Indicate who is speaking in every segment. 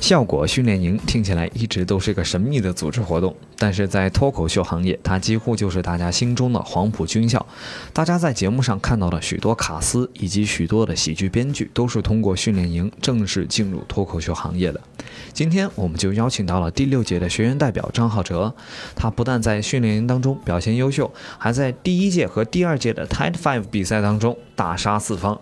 Speaker 1: 效果训练营听起来一直都是个神秘的组织活动，但是在脱口秀行业，它几乎就是大家心中的黄埔军校。大家在节目上看到的许多卡司以及许多的喜剧编剧，都是通过训练营正式进入脱口秀行业的。今天我们就邀请到了第六届的学员代表张浩哲，他不但在训练营当中表现优秀，还在第一届和第二届的 Tide Five 比赛当中大杀四方。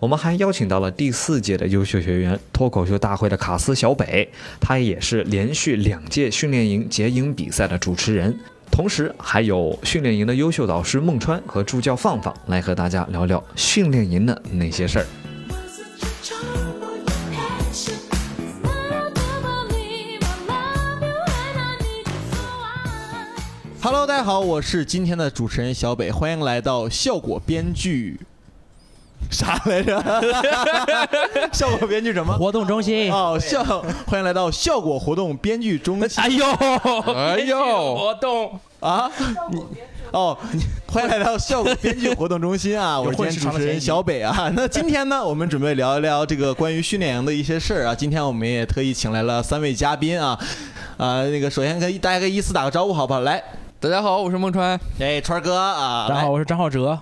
Speaker 1: 我们还邀请到了第四届的优秀学员脱口秀大会的卡斯小北，他也是连续两届训练营结营比赛的主持人，同时还有训练营的优秀导师孟川和助教放放来和大家聊聊训练营的那些事儿。
Speaker 2: Hello，大家好，我是今天的主持人小北，欢迎来到效果编剧。啥来 着？效果编剧什么？
Speaker 3: 活动中心。
Speaker 2: 哦，效欢迎来到效果活动编剧中心
Speaker 3: 哎呦，
Speaker 4: 哎呦，
Speaker 5: 活动
Speaker 2: 啊！哦，你欢迎来到效果编剧活动中心 啊！我是今天主持人小北啊。 那今天呢，我们准备聊一聊这个关于训练营的一些事儿啊。今天我们也特意请来了三位嘉宾啊，啊，那个首先跟大家跟依次打个招呼好不好？来，
Speaker 4: 大家好，我是孟川。
Speaker 2: 哎，川哥啊，
Speaker 3: 大家
Speaker 2: 来
Speaker 3: 好，我是张浩哲。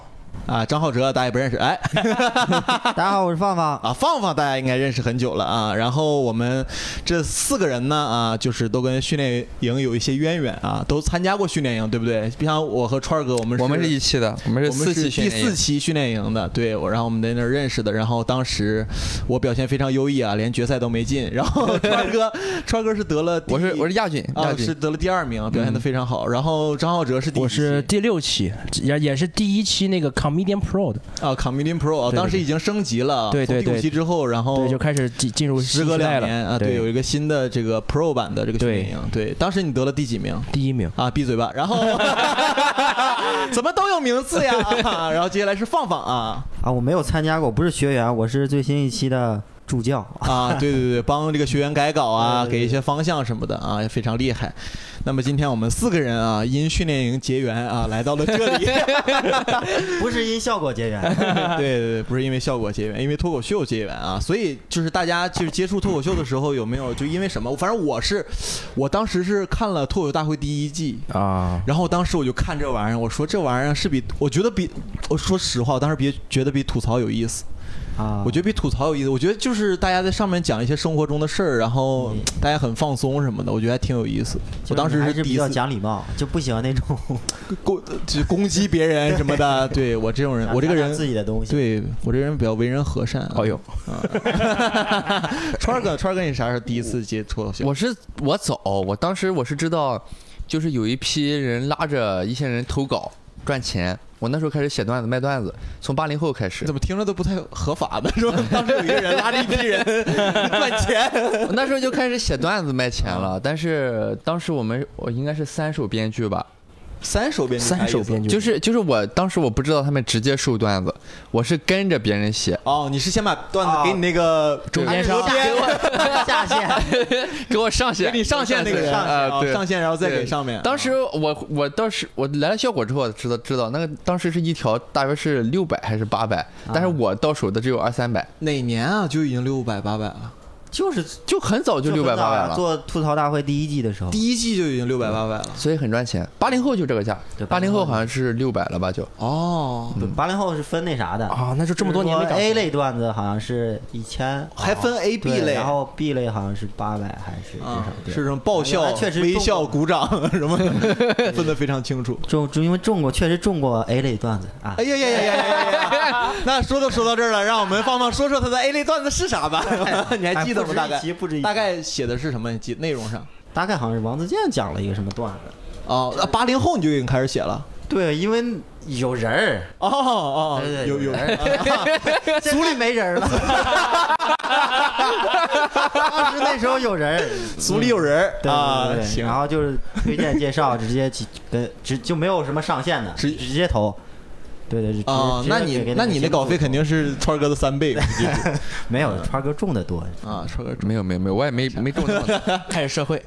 Speaker 2: 啊，张浩哲大家也不认识，哎，
Speaker 6: 大家好，我是放放。
Speaker 2: 啊，放放大家应该认识很久了啊。然后我们这四个人呢啊，就是都跟训练营有一些渊源啊，都参加过训练营，对不对？比方我和川儿哥，我们
Speaker 4: 我们是一期的，我们是
Speaker 2: 我们
Speaker 4: 四
Speaker 2: 是
Speaker 4: 期训
Speaker 2: 第
Speaker 4: 练
Speaker 2: 四
Speaker 4: 营。
Speaker 2: 期训练营的，对，我然后我们在那儿认识的，然后当时我表现非常优异啊，连决赛都没进，然后川儿哥， 川儿哥是得了第，
Speaker 4: 我是我是亚军，亚
Speaker 2: 啊
Speaker 4: 军。嗯
Speaker 2: 是得了第二名，表现的非常好，然后张浩哲是第
Speaker 3: 我
Speaker 2: 一
Speaker 3: 是
Speaker 2: 期
Speaker 3: 第六期，也也是第一期那个 Comedian Pro 的，
Speaker 2: 啊 c o m m u n i n Pro，啊
Speaker 3: 对对
Speaker 2: 当时已经升级了，
Speaker 3: 对对
Speaker 2: 从第五
Speaker 3: 对
Speaker 2: 期之后，然后
Speaker 3: 对，就开始进进入
Speaker 2: 哦时
Speaker 3: 新
Speaker 2: 隔
Speaker 3: 时代
Speaker 2: 两
Speaker 3: 了
Speaker 2: 年啊，对，有一个新的这个 Pro 版的这个训练营，对，当时你得了第几名？
Speaker 3: 第一名。
Speaker 2: 啊，闭嘴吧！然后 怎么都有名次呀、啊然后接下来是放放啊
Speaker 6: 啊，我没有参加过，不是学员，我是最新一期的助教。
Speaker 2: 啊，对对对，帮这个学员改稿啊，
Speaker 6: 对对
Speaker 2: 给一些方向什么的啊，也非常厉害。那么今天我们四个人啊，因训练营结缘啊，来到了这 里。
Speaker 6: 不是因效果结缘。
Speaker 2: 对对对，不是因为效果结缘，因为脱口秀结缘啊。所以就是大家就是接触脱口秀的时候，有没有就因为什么？反正我是，我当时是看了《脱口秀大会》第一季，
Speaker 3: 啊，
Speaker 2: 然后当时我就看这玩意儿，我说这玩意儿是比我觉得比我说实话，我当时别觉得比吐槽有意思，
Speaker 6: 啊，
Speaker 2: 我觉得比吐槽有意思。我觉得就是大家在上面讲一些生活中的事儿，然后
Speaker 6: 嗯
Speaker 2: 大家很放松什么的，我觉得还挺有意思。
Speaker 6: 就
Speaker 2: 我当时
Speaker 6: 还
Speaker 2: 第
Speaker 6: 比
Speaker 2: 一
Speaker 6: 较
Speaker 2: 次
Speaker 6: 讲礼貌，就不喜欢那种
Speaker 2: 攻就攻击别人什么的，对我这种人， 我这个
Speaker 6: 拿
Speaker 2: 人
Speaker 6: 自己的东西。，
Speaker 2: 对我这人比较为人和善、啊。
Speaker 4: 哎呦，
Speaker 2: 啊，川儿哥，川儿哥，你啥时候第一次接触脱口秀？
Speaker 4: 我是我早，我当时我是知道，就是有一批人拉着一些人投稿赚钱。我那时候开始写段子卖段子，从八零后开始
Speaker 2: 怎。么听着都不太合法呢？是吧？当时有一个人拉着一批人 赚钱，
Speaker 4: 我那时候就开始写段子卖钱
Speaker 2: 啊
Speaker 4: 了，但是当时我们我应该是三手编剧吧，
Speaker 2: 三手编剧啥意思，
Speaker 3: 三手编剧
Speaker 4: 就是就是我当时我不知道他们直接收段子，我是跟着别人写，
Speaker 2: 哦，你是先把段子给你那个
Speaker 3: 中间商
Speaker 2: 按着边
Speaker 6: 下线
Speaker 4: 给我上
Speaker 2: 给
Speaker 4: 线，
Speaker 2: 你上线那个人
Speaker 4: 啊，
Speaker 2: 哦
Speaker 4: 对，
Speaker 2: 上线然后再给
Speaker 4: 对
Speaker 2: 上面。哦
Speaker 4: 当时我我当时我来了效果之后知道知道那个当时是一条大约是六百还是八百，
Speaker 2: 啊
Speaker 4: 但是我到手的只有二三百，
Speaker 2: 哪年啊就已经六百八百了，
Speaker 6: 就是
Speaker 4: 就很早就六百
Speaker 6: 很早
Speaker 4: 八百
Speaker 6: 啊
Speaker 4: 了，
Speaker 6: 做吐槽大会第一季的时候，
Speaker 2: 第一季就已经六百八百了。
Speaker 4: 所以很赚钱。八零后就这个价
Speaker 6: 对，
Speaker 4: 八零
Speaker 6: 80
Speaker 4: 后
Speaker 6: 后
Speaker 4: 好像是六百了吧就。
Speaker 2: 哦，
Speaker 6: 嗯八零后是分那啥的，
Speaker 3: 啊，那就这么多年没
Speaker 6: 就是
Speaker 3: 搞
Speaker 6: 说 A 类段子好像是一千，啊
Speaker 2: 还分 A、B
Speaker 6: 对
Speaker 2: 类，
Speaker 6: 然后 B 类好像是八百还是多少
Speaker 2: 啊？
Speaker 6: 对
Speaker 2: 是什么爆笑
Speaker 6: 原、来确实
Speaker 2: 微
Speaker 6: 中
Speaker 2: 笑、
Speaker 6: 过
Speaker 2: 鼓掌 什么的，分得非常清楚。
Speaker 6: 中中因为中过，确实中过 A 类段子啊
Speaker 2: 哎。呀呀呀呀呀呀呀！ 那说都说到这儿了，让我们放放说说他的 A 类段子是啥吧？ 你还记得吗？大
Speaker 6: 哎不止一
Speaker 2: 概
Speaker 6: 集不止一集
Speaker 2: 大概写的是什么？你记内容上？
Speaker 6: 大概好像是王自健讲了一个什么段子。
Speaker 2: 哦，八零后你就已经开始写了。
Speaker 6: 对，因为有人儿，
Speaker 2: 哦哦，
Speaker 6: 对对
Speaker 2: 有有
Speaker 6: 有人 儿组里没人儿了。当时那时候有人儿， 嗯
Speaker 2: 组里有人
Speaker 6: 对
Speaker 2: 儿啊
Speaker 6: 对，对对，
Speaker 2: 行
Speaker 6: 然。后就是推荐介绍，直接去跟直就没有什么上限的，
Speaker 2: 直
Speaker 6: 直直接投。对对，直
Speaker 2: 啊、
Speaker 6: 直接
Speaker 2: 那
Speaker 6: 给
Speaker 2: 你那
Speaker 6: 给个
Speaker 2: 你那
Speaker 6: 节目
Speaker 2: 稿费
Speaker 6: 组
Speaker 2: 肯定嗯是川哥的三倍
Speaker 6: 没有，川哥中的多。
Speaker 2: 啊，川哥。
Speaker 4: 没有没有没有，我也
Speaker 2: 啊
Speaker 4: 没没中那么多
Speaker 3: 啊开始社会。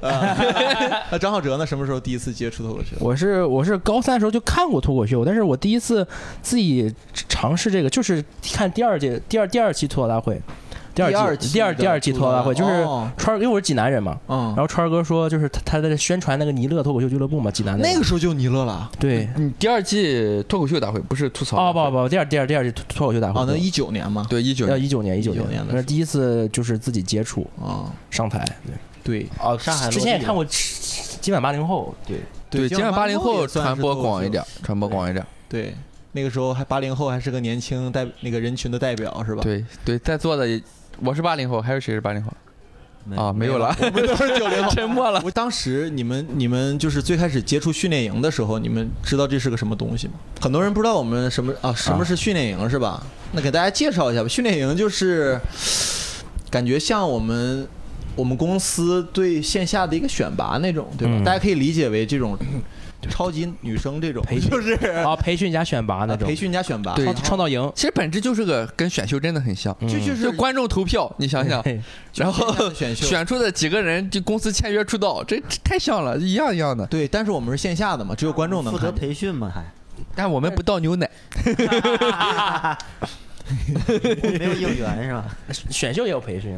Speaker 2: 那张浩哲呢？什么时候第一次接触脱口秀？
Speaker 3: 我是我是高三的时候就看过脱口秀，但是我第一次自己尝试这个就是看第二届第二第二期脱口大会，第二
Speaker 2: 第二
Speaker 3: 季
Speaker 2: 季
Speaker 3: 第二
Speaker 2: 的
Speaker 3: 第二季
Speaker 2: 出
Speaker 3: 脱口大
Speaker 2: 来
Speaker 3: 会，就是
Speaker 2: 哦
Speaker 3: 川儿，因为我是济南人嘛，
Speaker 2: 嗯
Speaker 3: 然，后川儿哥说就是他他在宣传那个尼乐脱口秀俱乐部嘛，济南
Speaker 2: 那个时候就弥勒了。啊
Speaker 3: 对，
Speaker 4: 嗯，第二季脱口秀大会不是吐槽
Speaker 3: 哦呃
Speaker 4: 大会
Speaker 3: 不不，第二第二第二季脱脱口秀大会，
Speaker 2: 哦，那一九年嘛。
Speaker 4: 对一九
Speaker 3: 要一九年一九
Speaker 2: 19年的
Speaker 3: 那是第一次就是自己接触
Speaker 2: 啊，
Speaker 3: 上台，
Speaker 2: 对
Speaker 3: 哦，
Speaker 6: 上海落地
Speaker 3: 之前也看过今晚八零后，对，
Speaker 4: 对，今晚八零后传播广
Speaker 2: 今晚80也算是脱口
Speaker 4: 一。
Speaker 2: 秀
Speaker 4: 点，传播广一点。
Speaker 2: 对，那个时候还八零后还是个年轻代那个人群的代表是吧？，
Speaker 4: 对对，在座的也我是八零后，还有谁是八零后？
Speaker 6: 没
Speaker 4: 啊，没有了，
Speaker 2: 我们都是九零后。
Speaker 4: 沉默了。
Speaker 2: 我当时你们你们就是最开始接触训练营的时候，你们知道这是个什么东西吗？很多人不知道我们什么啊什么是训练营是吧？那给大家介绍一下吧。训练营就是感觉像我们我们公司对线下的一个选拔那种，对吧？
Speaker 3: 嗯
Speaker 2: 大家可以理解为这种超级女生这种，
Speaker 3: 培训
Speaker 2: 就是
Speaker 3: 啊，培训加选拔那
Speaker 2: 啊
Speaker 3: 种
Speaker 2: 培，训加选拔，
Speaker 4: 对
Speaker 3: 创创造营，
Speaker 4: 其实本质就是个跟选秀真的很像，
Speaker 2: 就就是
Speaker 4: 就观众投票，你想想，
Speaker 3: 嘿
Speaker 4: 然后
Speaker 2: 线下的嗯选秀。
Speaker 4: 选出的几个人就公司签约出道，这这太像了，一样一样的。
Speaker 2: 对，但是我们是线下的嘛，只有观众能
Speaker 6: 负责
Speaker 2: 看见。
Speaker 6: 培训嘛，还
Speaker 4: 但我们不倒牛奶，
Speaker 6: 没有应援是吧？
Speaker 3: 选秀也有培训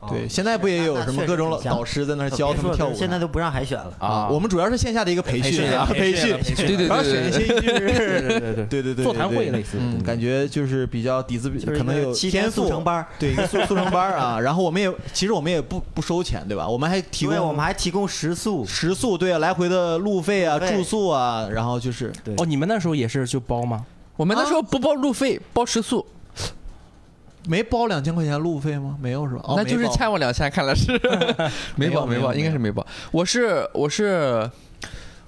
Speaker 6: 哦
Speaker 2: 对，现在不也有什么各种老导？师在那儿
Speaker 6: 那确实
Speaker 2: 教
Speaker 6: 挺像哦
Speaker 2: 他
Speaker 6: 别说
Speaker 2: 们
Speaker 6: 了
Speaker 2: 跳舞？
Speaker 6: 现在都不让海选了，
Speaker 2: 啊，我们主要是线下的一个培训啊， 培
Speaker 3: 培
Speaker 2: 训
Speaker 3: 训，培训
Speaker 4: 对对
Speaker 2: 主要选一
Speaker 4: 对
Speaker 2: 些
Speaker 4: 对，
Speaker 2: 就是
Speaker 3: 对对对
Speaker 2: 对对对，
Speaker 3: 座谈会类
Speaker 2: 类
Speaker 3: 似
Speaker 2: 嗯，感觉就是比较底子比
Speaker 6: 就是一
Speaker 2: 可能
Speaker 6: 个
Speaker 2: 有
Speaker 6: 七
Speaker 2: 天
Speaker 6: 天速
Speaker 2: 赋
Speaker 6: 成班儿，
Speaker 2: 对，一个速速成班儿啊。然后我们也其实我们也不不收钱，对吧？我们还提
Speaker 6: 因为
Speaker 2: 供
Speaker 6: 我们还提供食宿，
Speaker 2: 食宿，对啊，来回的路费啊、
Speaker 6: 路费
Speaker 2: 住宿啊，然后就是
Speaker 6: 对
Speaker 3: 哦，你们那时候也是就包吗？
Speaker 4: 我们那时候不包路费，包食宿，
Speaker 2: 没包两千块钱路费吗？没有是吧？哦
Speaker 4: 那就是
Speaker 2: 没包
Speaker 4: 欠我两千，看 来是没
Speaker 2: 没有
Speaker 4: 报没
Speaker 2: 没有
Speaker 4: 报，应该是没报。我是我是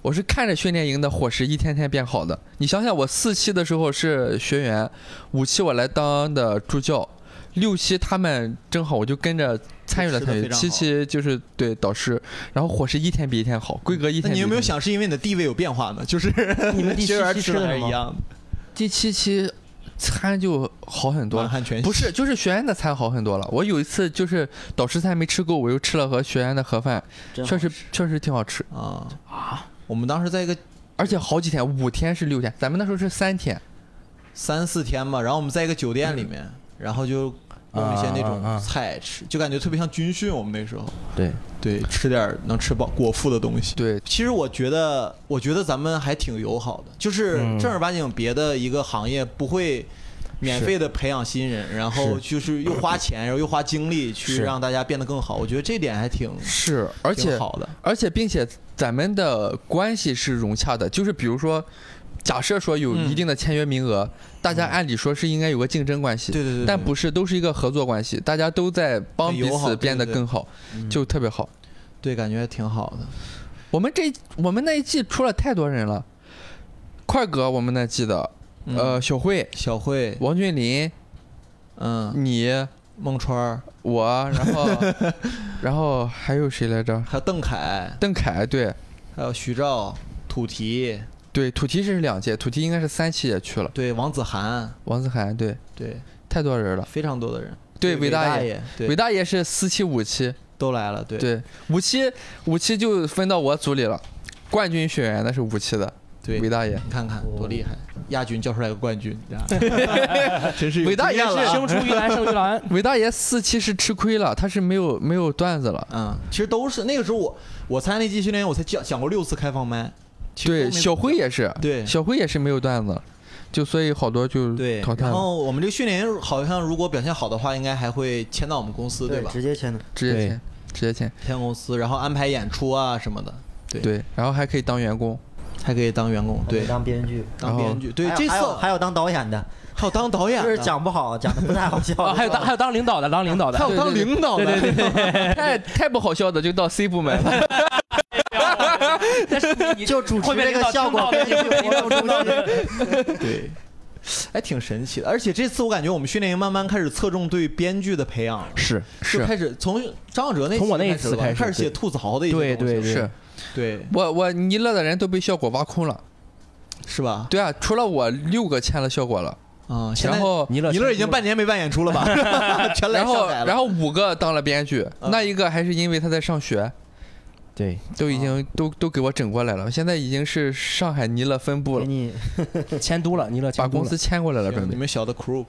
Speaker 4: 我是看着训练营的伙食一天天变好的。你想想，我四期的时候是学员，五期我来当的助教，六期他们正好我就跟着参与了
Speaker 2: 吃得
Speaker 4: 参与，
Speaker 2: 非常好
Speaker 4: 七期就是对导师，然后伙食一天比一天好，规格一
Speaker 2: 那
Speaker 4: 天比一天。
Speaker 2: 你有没有？想是因为你的地位有变化呢？就是
Speaker 3: 你们第
Speaker 2: 学
Speaker 3: 七
Speaker 2: 员
Speaker 3: 期
Speaker 2: 吃
Speaker 3: 吃
Speaker 2: 的
Speaker 3: 的
Speaker 2: 还
Speaker 3: 什
Speaker 2: 是
Speaker 3: 么
Speaker 2: 一样的，
Speaker 4: 第七期餐就好很多
Speaker 2: 满
Speaker 4: 了。
Speaker 2: 汉全席
Speaker 4: 不是，就是学员的餐好很多了。我有一次就是导师餐没吃够，我又吃了和学员的盒饭，
Speaker 6: 真
Speaker 4: 确实确实挺好吃。
Speaker 2: 啊啊！我们当时在一个
Speaker 4: 而且好几天，五天是六天，咱们那时候是三天。
Speaker 2: 三四天吧，然后我们在一个酒店里面，然后就弄一些那
Speaker 3: 啊啊
Speaker 2: 种
Speaker 3: 啊
Speaker 2: 菜吃，就感觉特别像军训。我们那时候
Speaker 3: 对，
Speaker 2: 对吃点儿能吃饱果腹的东西。
Speaker 4: 对，
Speaker 2: 其实我觉得，我觉得咱们还挺友好的，就是
Speaker 3: 嗯
Speaker 2: 正儿八经别的一个行业不会免费的培养新人，然后就是又花钱，然后又花精力去
Speaker 3: 是
Speaker 2: 让大家变得更好。我觉得这点还挺
Speaker 4: 是，而
Speaker 2: 挺
Speaker 4: 且
Speaker 2: 好的。
Speaker 4: 而且并且咱们的关系是融洽的，就是比如说，假设说有
Speaker 2: 嗯
Speaker 4: 一定的签约名额，大家按理说是应该有个竞争关系，
Speaker 2: 对对对，
Speaker 4: 但
Speaker 2: 对
Speaker 4: 不是，都是一个合作关系，大家都在帮
Speaker 2: 很
Speaker 4: 彼
Speaker 2: 友好
Speaker 4: 此变得
Speaker 2: 对对对嗯
Speaker 4: 更好，就特别好。
Speaker 2: 对，感觉挺好的。
Speaker 4: 我们这我们那一季出了太多人了，快哥我们那季的，
Speaker 2: 嗯
Speaker 4: 呃，小慧、
Speaker 2: 小慧，
Speaker 4: 王俊林、
Speaker 2: 嗯，
Speaker 4: 你、
Speaker 2: 孟川儿，
Speaker 4: 我，啊然后 然后还有谁来着？
Speaker 2: 还有邓凯，
Speaker 4: 邓凯对
Speaker 2: 还有徐照、土提，
Speaker 4: 对，土提是两届，土提应该是三期也去了。
Speaker 2: 对，王子涵，
Speaker 4: 王子涵对，
Speaker 2: 对，
Speaker 4: 太多人了。
Speaker 2: 非常多的人，
Speaker 4: 对，
Speaker 2: 韦
Speaker 4: 韦大爷，
Speaker 2: 爷，
Speaker 4: 韦
Speaker 2: 对，
Speaker 4: 大爷是四期五期，
Speaker 2: 都来了，对，
Speaker 4: 对，五期五期就分到我组里了。冠军学员那是五期的
Speaker 2: 对
Speaker 4: 韦大爷，哦
Speaker 2: 你看看多厉害，亚军叫出来个冠军，你知道 吗真是有
Speaker 4: 韦大爷
Speaker 2: 经验了啊
Speaker 4: 是
Speaker 3: 生出鱼来胜于蓝，
Speaker 4: 韦大爷四期是吃亏了，他是没有没有段子了。
Speaker 2: 嗯，其实都是那个时候我我参加那季训练营，我才讲讲过六次开放麦，其实都
Speaker 4: 对，
Speaker 2: 没
Speaker 4: 小辉也是，
Speaker 2: 对
Speaker 4: 小辉也是没有段子，就所以好多就
Speaker 2: 对
Speaker 4: 淘，汰
Speaker 2: 然
Speaker 4: 了，
Speaker 2: 后我们这个训练营好像如果表现好的话，应该还会签到我们公司，对吧？
Speaker 6: 直接签的，
Speaker 4: 直接
Speaker 3: 对
Speaker 4: 签，直接签，
Speaker 2: 签公司，然后安排演出啊什么的，对
Speaker 4: 对，然后还可以当员工。
Speaker 2: 还可以当员工，对，
Speaker 6: 当编剧，
Speaker 2: 当
Speaker 4: 然后
Speaker 2: 编剧，对，
Speaker 6: 还有
Speaker 2: 这次
Speaker 6: 还有还有当导演的，
Speaker 2: 还有当导演
Speaker 6: 就
Speaker 2: 的，
Speaker 6: 是讲不好，讲的不太好笑
Speaker 3: 啊，
Speaker 6: 的，
Speaker 3: 还有当还有当领导的，当领导的
Speaker 2: 还，有
Speaker 4: 对
Speaker 2: 当
Speaker 4: 对对
Speaker 2: 领导的，
Speaker 3: 对对对
Speaker 4: 太太不好笑的就到 C 部门了。
Speaker 3: 但是你
Speaker 6: 就主持
Speaker 3: 会被
Speaker 6: 这
Speaker 3: 领
Speaker 6: 个
Speaker 3: 导
Speaker 6: 效
Speaker 3: 听
Speaker 6: 果
Speaker 3: 到
Speaker 6: 编剧活 动中心。
Speaker 2: 对，哎，挺神奇的。而且这次我感觉我们训练营慢慢开始侧重对编剧的培养了，
Speaker 3: 是
Speaker 2: 就是开始从张小哲那
Speaker 3: 从我那
Speaker 2: 一
Speaker 3: 一
Speaker 2: 开
Speaker 3: 次开
Speaker 2: 始
Speaker 3: 始
Speaker 2: 吧开始写
Speaker 3: 对
Speaker 2: 吐槽的一些
Speaker 3: 对
Speaker 2: 东西
Speaker 3: 对对
Speaker 4: 是
Speaker 2: 对，
Speaker 4: 我我尼乐的人都被效果挖空了。
Speaker 2: 是吧？
Speaker 4: 对啊，除了我六个签了效果了，
Speaker 2: 啊，现在
Speaker 4: 然后
Speaker 3: 尼勒
Speaker 2: 尼勒已经半年没办演出 了吧？全来上
Speaker 4: 然后
Speaker 2: 海了。
Speaker 4: 然后五个当了编剧，
Speaker 2: 嗯
Speaker 4: 那一个还是因为他在上学，
Speaker 3: 对
Speaker 4: 都已
Speaker 2: 嗯
Speaker 4: 经都都给我整过来了。现在已经是上海尼乐分部
Speaker 6: 给
Speaker 4: 了，
Speaker 6: 你
Speaker 3: 迁都了，尼勒
Speaker 4: 把
Speaker 3: 迁都
Speaker 4: 公
Speaker 3: 了
Speaker 4: 司，迁过来了，准
Speaker 2: 哎行你
Speaker 4: 备。
Speaker 2: 们小的 crew，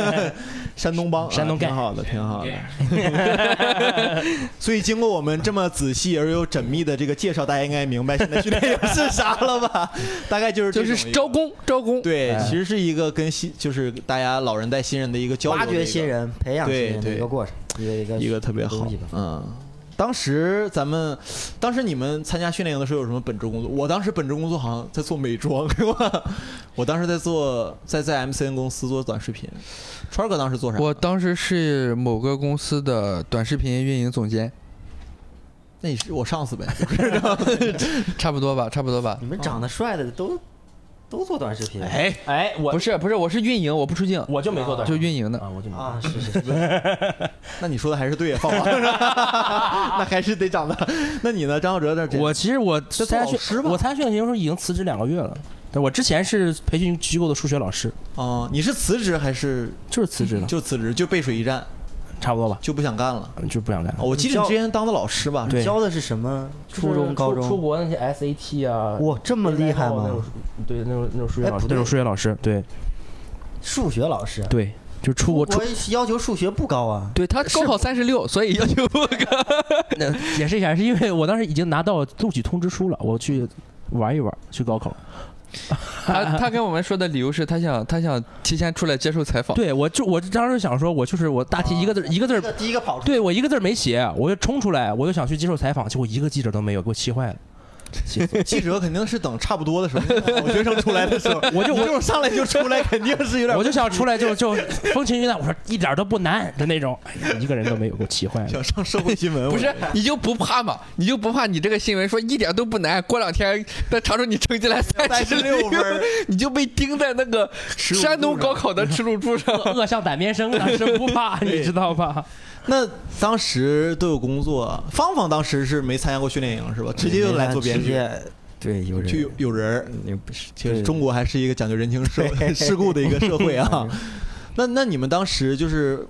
Speaker 2: 山东帮，
Speaker 3: 山东
Speaker 2: 啊
Speaker 3: 盖
Speaker 2: 挺好的，挺好的。 所以经过我们这么仔细而又缜密的这个介绍，大家应该明白现在训练营是啥了吧？大概就是这
Speaker 4: 就
Speaker 2: 种
Speaker 4: 是招工招 工，
Speaker 2: 对，
Speaker 6: 哎
Speaker 2: 其实是一个跟新就是大家老人带新人的一个交流
Speaker 6: 挖
Speaker 2: 的一个，
Speaker 6: 掘新人、培养新
Speaker 2: 对
Speaker 6: 人的
Speaker 2: 对
Speaker 6: 一个过程，一个一个
Speaker 2: 一个特别好
Speaker 6: 东西吧，
Speaker 2: 嗯。当时咱们，当时你们参加训练营的时候有什么本职工作？我当时本职工作好像在做美妆，是吧？ 我当时在做，在在 MCN 公司做短视频。川儿哥当时做啥？
Speaker 4: 我当时是某个公司的短视频运营总监，
Speaker 2: 那你是我上司呗？
Speaker 4: 差不多吧，差不多吧
Speaker 6: 你。们长得帅的都都做短视频，
Speaker 2: 哎，
Speaker 3: 哎，我
Speaker 4: 不是不是，我是运营，我不出镜，
Speaker 3: 我就没做短视
Speaker 4: 就
Speaker 3: 频，
Speaker 4: 运营的。
Speaker 3: 啊，我就没做。
Speaker 6: 啊，是是是，
Speaker 2: 那你说的还是对，放 网上，那还是得长得。那你呢，张小哲？这
Speaker 3: 我其实我
Speaker 2: 这
Speaker 3: 参加
Speaker 2: 做老师
Speaker 3: 训，
Speaker 2: 吧
Speaker 3: 我参加训练营的时候已经辞职两个月了。但我之前是培训机构的数学老师，
Speaker 2: 哦、你是辞职还是
Speaker 3: 嗯就是辞职了，
Speaker 2: 就辞职就背水一战
Speaker 3: 差不多吧，
Speaker 2: 就不想干了？
Speaker 3: 就不想干了。
Speaker 2: 哦我记得你之前当的老师吧？
Speaker 3: 对
Speaker 6: 教的是什么？
Speaker 3: 就
Speaker 6: 初
Speaker 3: 是
Speaker 6: 中、高
Speaker 3: 出
Speaker 6: 中？
Speaker 3: 国那些 SAT 啊，
Speaker 6: 哇，这么厉害
Speaker 3: 那种
Speaker 6: 吗？？
Speaker 3: 对，那种那种数学
Speaker 6: 哎
Speaker 3: 老
Speaker 6: 不
Speaker 3: 师，
Speaker 6: 对
Speaker 3: 那种数学老师，对
Speaker 6: 数学老师，
Speaker 3: 对，就出国
Speaker 6: 我
Speaker 3: 出
Speaker 6: 要求数学不高啊，
Speaker 4: 对他高考三十六，所以要求不高。
Speaker 3: 那解释一下，是因为我当时已经拿到录取通知书了，我去玩一玩，去高考。
Speaker 4: 他他跟我们说的理由是他想他想提前出来接受采访。
Speaker 3: 对，我就我当时想说，我就是我大题一个字、一个字
Speaker 6: 这
Speaker 3: 儿，
Speaker 6: 个第一个跑出
Speaker 3: 对我一个字儿没写，我就冲出来，我就想去接受采访，结果一个记者都没有，给我气坏了。气死我
Speaker 2: 记者肯定是等差不多的时候，好学生出来的时候，
Speaker 3: 我就
Speaker 2: 你这
Speaker 3: 我
Speaker 2: 种上来就出来，肯定是有点
Speaker 3: 我就想出来就就风轻云淡，我说一点儿都不难的那种，哎呀，一个人都没有，给我气坏了。
Speaker 2: 想上社会新闻。
Speaker 4: 不
Speaker 2: 我
Speaker 4: 是，你就不怕嘛？你就不怕你这个新闻说一点都不难？过两天再查出你成绩来三十
Speaker 2: 36分儿，
Speaker 4: 你就被钉在那个山东高考的耻辱柱上。
Speaker 3: 恶向胆边生，当时不怕，你知道吧？
Speaker 2: 那当时都有工作，芳芳当时是没参加过训练营是吧？直接就来做编
Speaker 6: 直
Speaker 2: 剧，
Speaker 6: 接对，有
Speaker 2: 就有有
Speaker 6: 人，
Speaker 2: 人儿。
Speaker 6: 你不是
Speaker 2: 其实
Speaker 6: 对
Speaker 2: 中国还是一个讲究人情世世故的一个社会啊。那那你们当时就是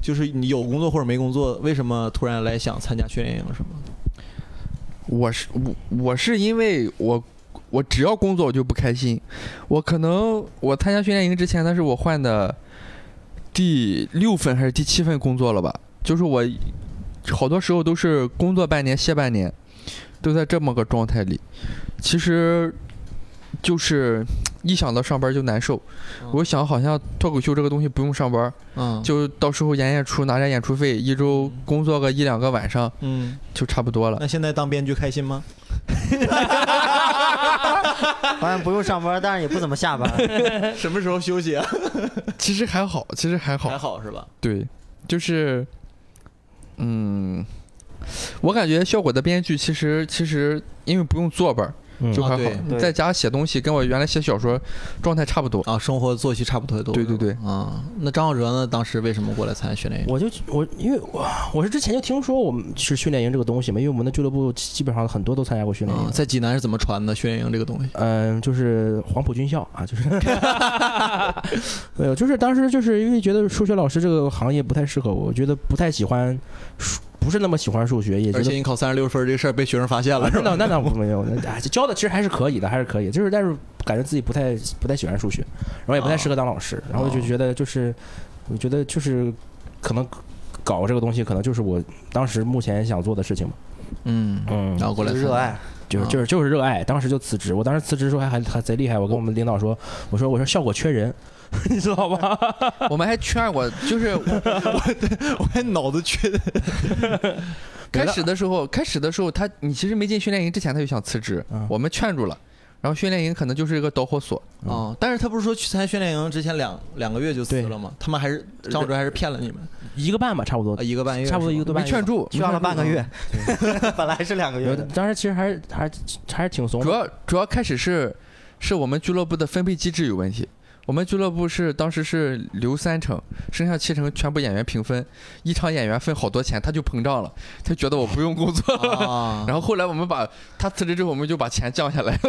Speaker 2: 就是你有工作或者没工作，为什么突然来想参加训练营是吗？
Speaker 4: 我是我我是因为我我只要工作我就不开心，我可能我参加训练营之前，那是我换的第六份还是第七份工作了吧？就是我好多时候都是工作半年歇半年，都在这么个状态里。其实就是一想到上班就难受，我想好像脱口秀这个东西不用上班，
Speaker 2: 嗯
Speaker 4: 就到时候演演出拿点演出费，一周工作个一两个晚上
Speaker 2: 嗯，
Speaker 4: 就差不多了。
Speaker 2: 那现在当编剧开心吗？
Speaker 6: 好像不用上班，但是也不怎 么下班。
Speaker 2: 什么时候休息啊？
Speaker 4: 其实还好，其实还好，
Speaker 2: 还好是吧？
Speaker 4: 对，就是，嗯，我感觉效果的编剧其实其实因为不用坐班儿
Speaker 3: 嗯
Speaker 4: 就还好
Speaker 2: 啊，
Speaker 6: 对
Speaker 4: 在家写东西跟我原来写小说状态差 不多。
Speaker 2: 啊，生活作息差不太多。
Speaker 4: 对对对
Speaker 2: 啊、那张浩哲呢？当时为什么过来参加训练营？
Speaker 3: 我就我因为我我是之前就听说我们是训练营这个东西嘛，因为我们的俱乐部基本上很多都参加过训练
Speaker 2: 啊、
Speaker 3: 营。
Speaker 2: 在济南是怎么传的训练营这个东西？
Speaker 3: 嗯、就是黄埔军校啊，就是 没有，就是当时就是因为觉得数学老师这个行业不太适合我，我觉得不太喜欢数，不是那么喜欢数学，也觉
Speaker 2: 而且
Speaker 3: 得。
Speaker 2: 你考三十六分这个事儿被学生发现 了，是
Speaker 3: 啊那
Speaker 2: 吧？
Speaker 3: 倒那倒没有，那哎教的其实还是可以的，还是可以，就是但是感觉自己不太不太喜欢数学，然后也不太适合当老师，然后就觉得就是，我觉得就是可能搞这个东西，可能就是我当时目前想做的事情吧。
Speaker 2: 嗯，
Speaker 3: 嗯
Speaker 2: 然后过来
Speaker 6: 就是热 爱，
Speaker 3: 就是
Speaker 2: 啊
Speaker 3: 就是就是热爱，当时就辞职。我当时辞职的时候还还还贼厉害，我跟我们领导说，我说我说效果缺人， 你知道吧？
Speaker 4: 我们还劝我，就是我
Speaker 2: 我还脑子缺的。
Speaker 4: 开始的时候，开始的时候他你其实没进训练营之前他就想辞职，
Speaker 3: 嗯
Speaker 4: 我们劝住了。然后训练营可能就是一个导火索，
Speaker 2: 啊、但是他不是说去参加训练营之前两两个月就辞
Speaker 3: 对
Speaker 2: 了吗？他们还是张浩哲还是骗了你们
Speaker 3: 一个半吧，差不多
Speaker 2: 啊，，一个半月，
Speaker 3: 差不多一个多
Speaker 4: 没
Speaker 3: 半。
Speaker 4: 劝住。
Speaker 6: 上了半个月，
Speaker 2: 嗯
Speaker 6: 本来是两个
Speaker 3: 有
Speaker 6: 月
Speaker 3: 的
Speaker 6: 的，
Speaker 3: 当时其实还是还是还是挺怂的，
Speaker 4: 主要主要开始是是我们俱乐部的分配机制有问题。我们俱乐部是当时是留三成，剩下七成全部演员平分，一场演员分好多钱，他就膨胀了，他觉得我不用工作了。
Speaker 2: 啊。
Speaker 4: 然后后来我们把他辞职之后，我们就把钱降下来了。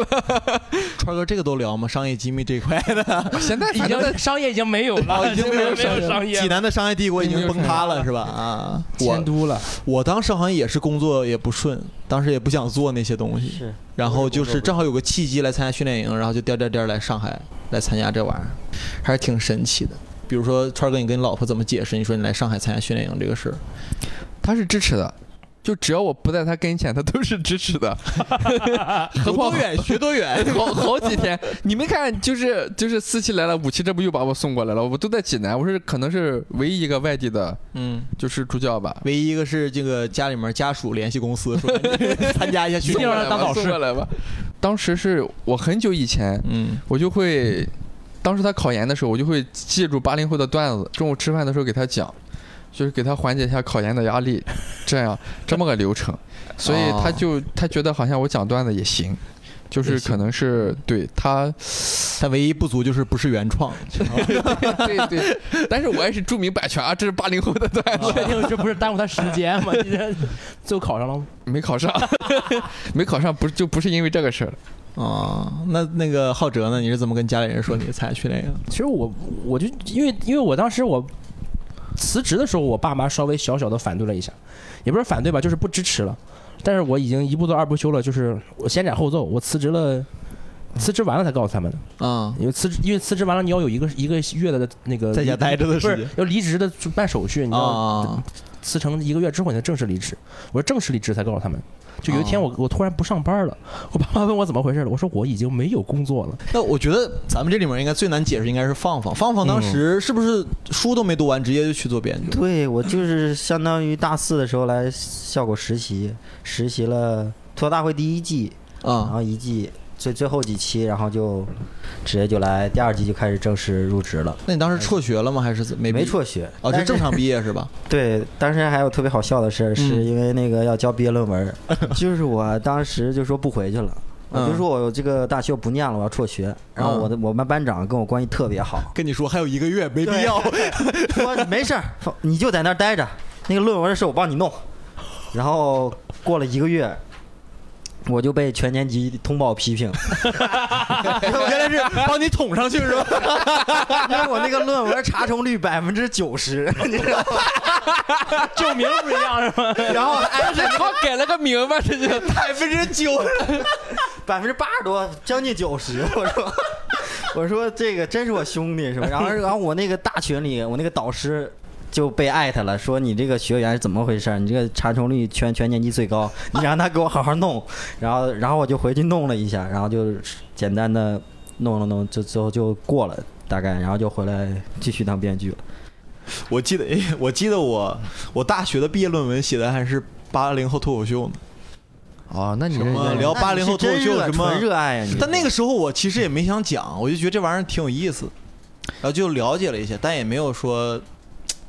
Speaker 2: 川哥这个都聊吗？商业机密这一块
Speaker 3: 哎
Speaker 2: 的，
Speaker 4: 啊现在
Speaker 3: 已
Speaker 4: 反正
Speaker 3: 经商业已经没有了，已经没有没有商业
Speaker 2: 济
Speaker 3: 了，
Speaker 2: 南的商业帝国已经崩塌了，是吧？啊，
Speaker 3: 迁
Speaker 2: 我
Speaker 3: 都 了。
Speaker 2: 我当时好像也是工作也不顺，当时也不想做那些东西，
Speaker 6: 是
Speaker 2: 然后就是正好有个契机来参加训练营，然后就颠颠颠来上海来参加这玩意儿，还是挺神奇的。比如说川儿哥，你跟你老婆怎么解释？你说你来上海参加训练营这个事儿，
Speaker 4: 他是支持的，就只要我不在他跟前，他都是支持 的。何
Speaker 2: 走
Speaker 4: 况
Speaker 2: 多远学多远。
Speaker 4: 好好几天，你们看，就是就是四期来了，五期这不又把我送过来了，我都在济南，我是可能是唯一一个外地的，
Speaker 2: 嗯，
Speaker 4: 就是助教吧。
Speaker 2: 唯一一个是这个家里面家属联系公司 说参加一下训
Speaker 3: 一定
Speaker 2: 练
Speaker 3: 要
Speaker 2: 营。
Speaker 3: 让他当导师
Speaker 4: 送过来吧。当时是我很久以前，
Speaker 2: 嗯，
Speaker 4: 我就会，当时他考研的时候，我就会记住八零后的段子，中午吃饭的时候给他讲，就是给他缓解一下考研的压力，这样 这么个流程，所以
Speaker 2: 哦
Speaker 4: 他就他觉得好像我讲段子也行，就是
Speaker 2: 也行
Speaker 4: 可能是对他，
Speaker 2: 他唯一不足就是不是原创。
Speaker 4: 对对，但是我也是著名版权啊，这是八零后的段子，
Speaker 3: 确定这不是耽误他时间 吗？你这最后考上了吗？
Speaker 4: 没考上， 没考上不是就不是因为这个事儿了，
Speaker 2: 哦，那那个浩哲呢？你是怎么跟家里人说你参加训练营？
Speaker 3: 其实我我就因为因为我当时我辞职的时候，我爸妈稍微小小的反对了一下，也不是反对吧，就是不支持了。但是我已经一步做二步休了，就是我先斩后奏，我辞职了。辞职完了才告诉他们的，
Speaker 2: 啊、
Speaker 3: 因为辞职，因为辞职完了你要有一个一个月的那个
Speaker 2: 在家待着的
Speaker 3: 不
Speaker 2: 时
Speaker 3: 是
Speaker 2: 间。
Speaker 3: 要离职的办手续，你知道
Speaker 2: 啊，
Speaker 3: 辞呈一个月之后，你才正式离职。我说正式离职才告诉他们。就有一
Speaker 2: 哦
Speaker 3: 天我、我突然不上班了，我爸妈问我怎么回事了，我说我已经没有工作了。
Speaker 2: 那我觉得咱们这里面应该最难解释应该是放放，放放当时是不是书都没读完，直接就去做编剧？
Speaker 6: 对我就是相当于大四的时候来效果实习，实习了《吐槽大会》第一季，然
Speaker 2: 啊、
Speaker 6: 后一季最最后几期，然后就直接就来第二季就开始正式入职了，
Speaker 2: 那你当时辍学了吗？还是怎没
Speaker 6: 没
Speaker 2: 毕
Speaker 6: 辍学
Speaker 2: 哦，就
Speaker 6: 但是
Speaker 2: 正常毕业是吧？
Speaker 6: 对，当时还有特别好笑的事，是
Speaker 2: 嗯
Speaker 6: 因为那个要交毕业论文 儿，就是我当时就说不回去了。我
Speaker 2: 嗯
Speaker 6: 就说我这个大学我不念了，我要辍学。然后我的我们班长跟我关系特别好，
Speaker 2: 跟你说还有一个月，没必
Speaker 6: 对
Speaker 2: 要。
Speaker 6: 说没事儿，你就在那儿待着，那个论文的事我帮你弄。然后过了一个月，我就被全年级通报批评，
Speaker 2: 原来是帮你捅上去是吧？
Speaker 6: 因为我那个论文查重率百分之九十， 你知道吗？
Speaker 3: 证明不一样是吗？
Speaker 6: 然后挨着
Speaker 4: 我改了个名吧，这就
Speaker 2: 百分之九
Speaker 6: 百分之八十多，将近九十。 我说，我说这个真是我兄弟是吧？然后，然后我那个大群里，我那个导师。就被艾特了，说你这个学员是怎么回事儿？你这个查重率全全年级最高，你让他给我好好弄。 然后，然后我就回去弄了一下，然后就简单的弄了弄，就最后就过了大概，然后就回来继续当编剧了。
Speaker 2: 我记得，哎我记得我我大学的毕业论文写的还是八零后脱口秀呢。
Speaker 4: 哦，那你
Speaker 2: 什么聊八零后脱口秀
Speaker 6: 那你是真热
Speaker 2: 什么
Speaker 6: 纯热爱啊呀、你
Speaker 2: 但那个时候我其实也没想讲，我就觉得这玩意儿挺有意思，然后就了解了一下，但也没有说嘖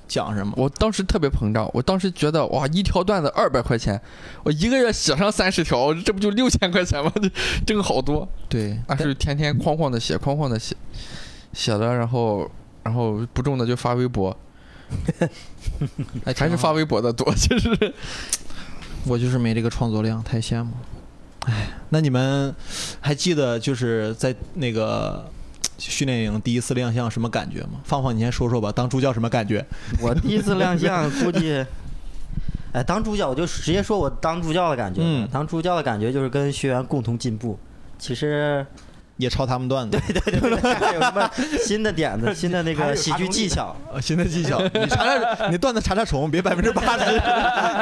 Speaker 2: 讲什么。
Speaker 4: 我当时特别膨胀，我当时觉得哇，一条段子二百块钱，我一个月写上三十条，这不就六千块钱吗？ 这挣好多。
Speaker 2: 对
Speaker 4: 但是天天哐哐的写，哐哐的写，写了然后然后不中的就发 微博，还是发微博的多， 就是
Speaker 2: 我就是没这个创作量，太羡慕了。哎，那你们还记得就是在那个嘖训练营第一次亮相什么感觉吗？放放，你先说说吧，当助教什么感觉？
Speaker 6: 我第一次 亮相，估计，哎，当助教我就直接说我当助教的感觉吧。
Speaker 2: 嗯
Speaker 6: 当助教的感觉就是跟学员共同进步。其 实，
Speaker 2: 也抄他们段子，
Speaker 6: 对对对，还有什么新的 点子、新的那个喜剧技巧？
Speaker 2: 呃新的技巧， 你查查，你段子查查重，别百分之八 十、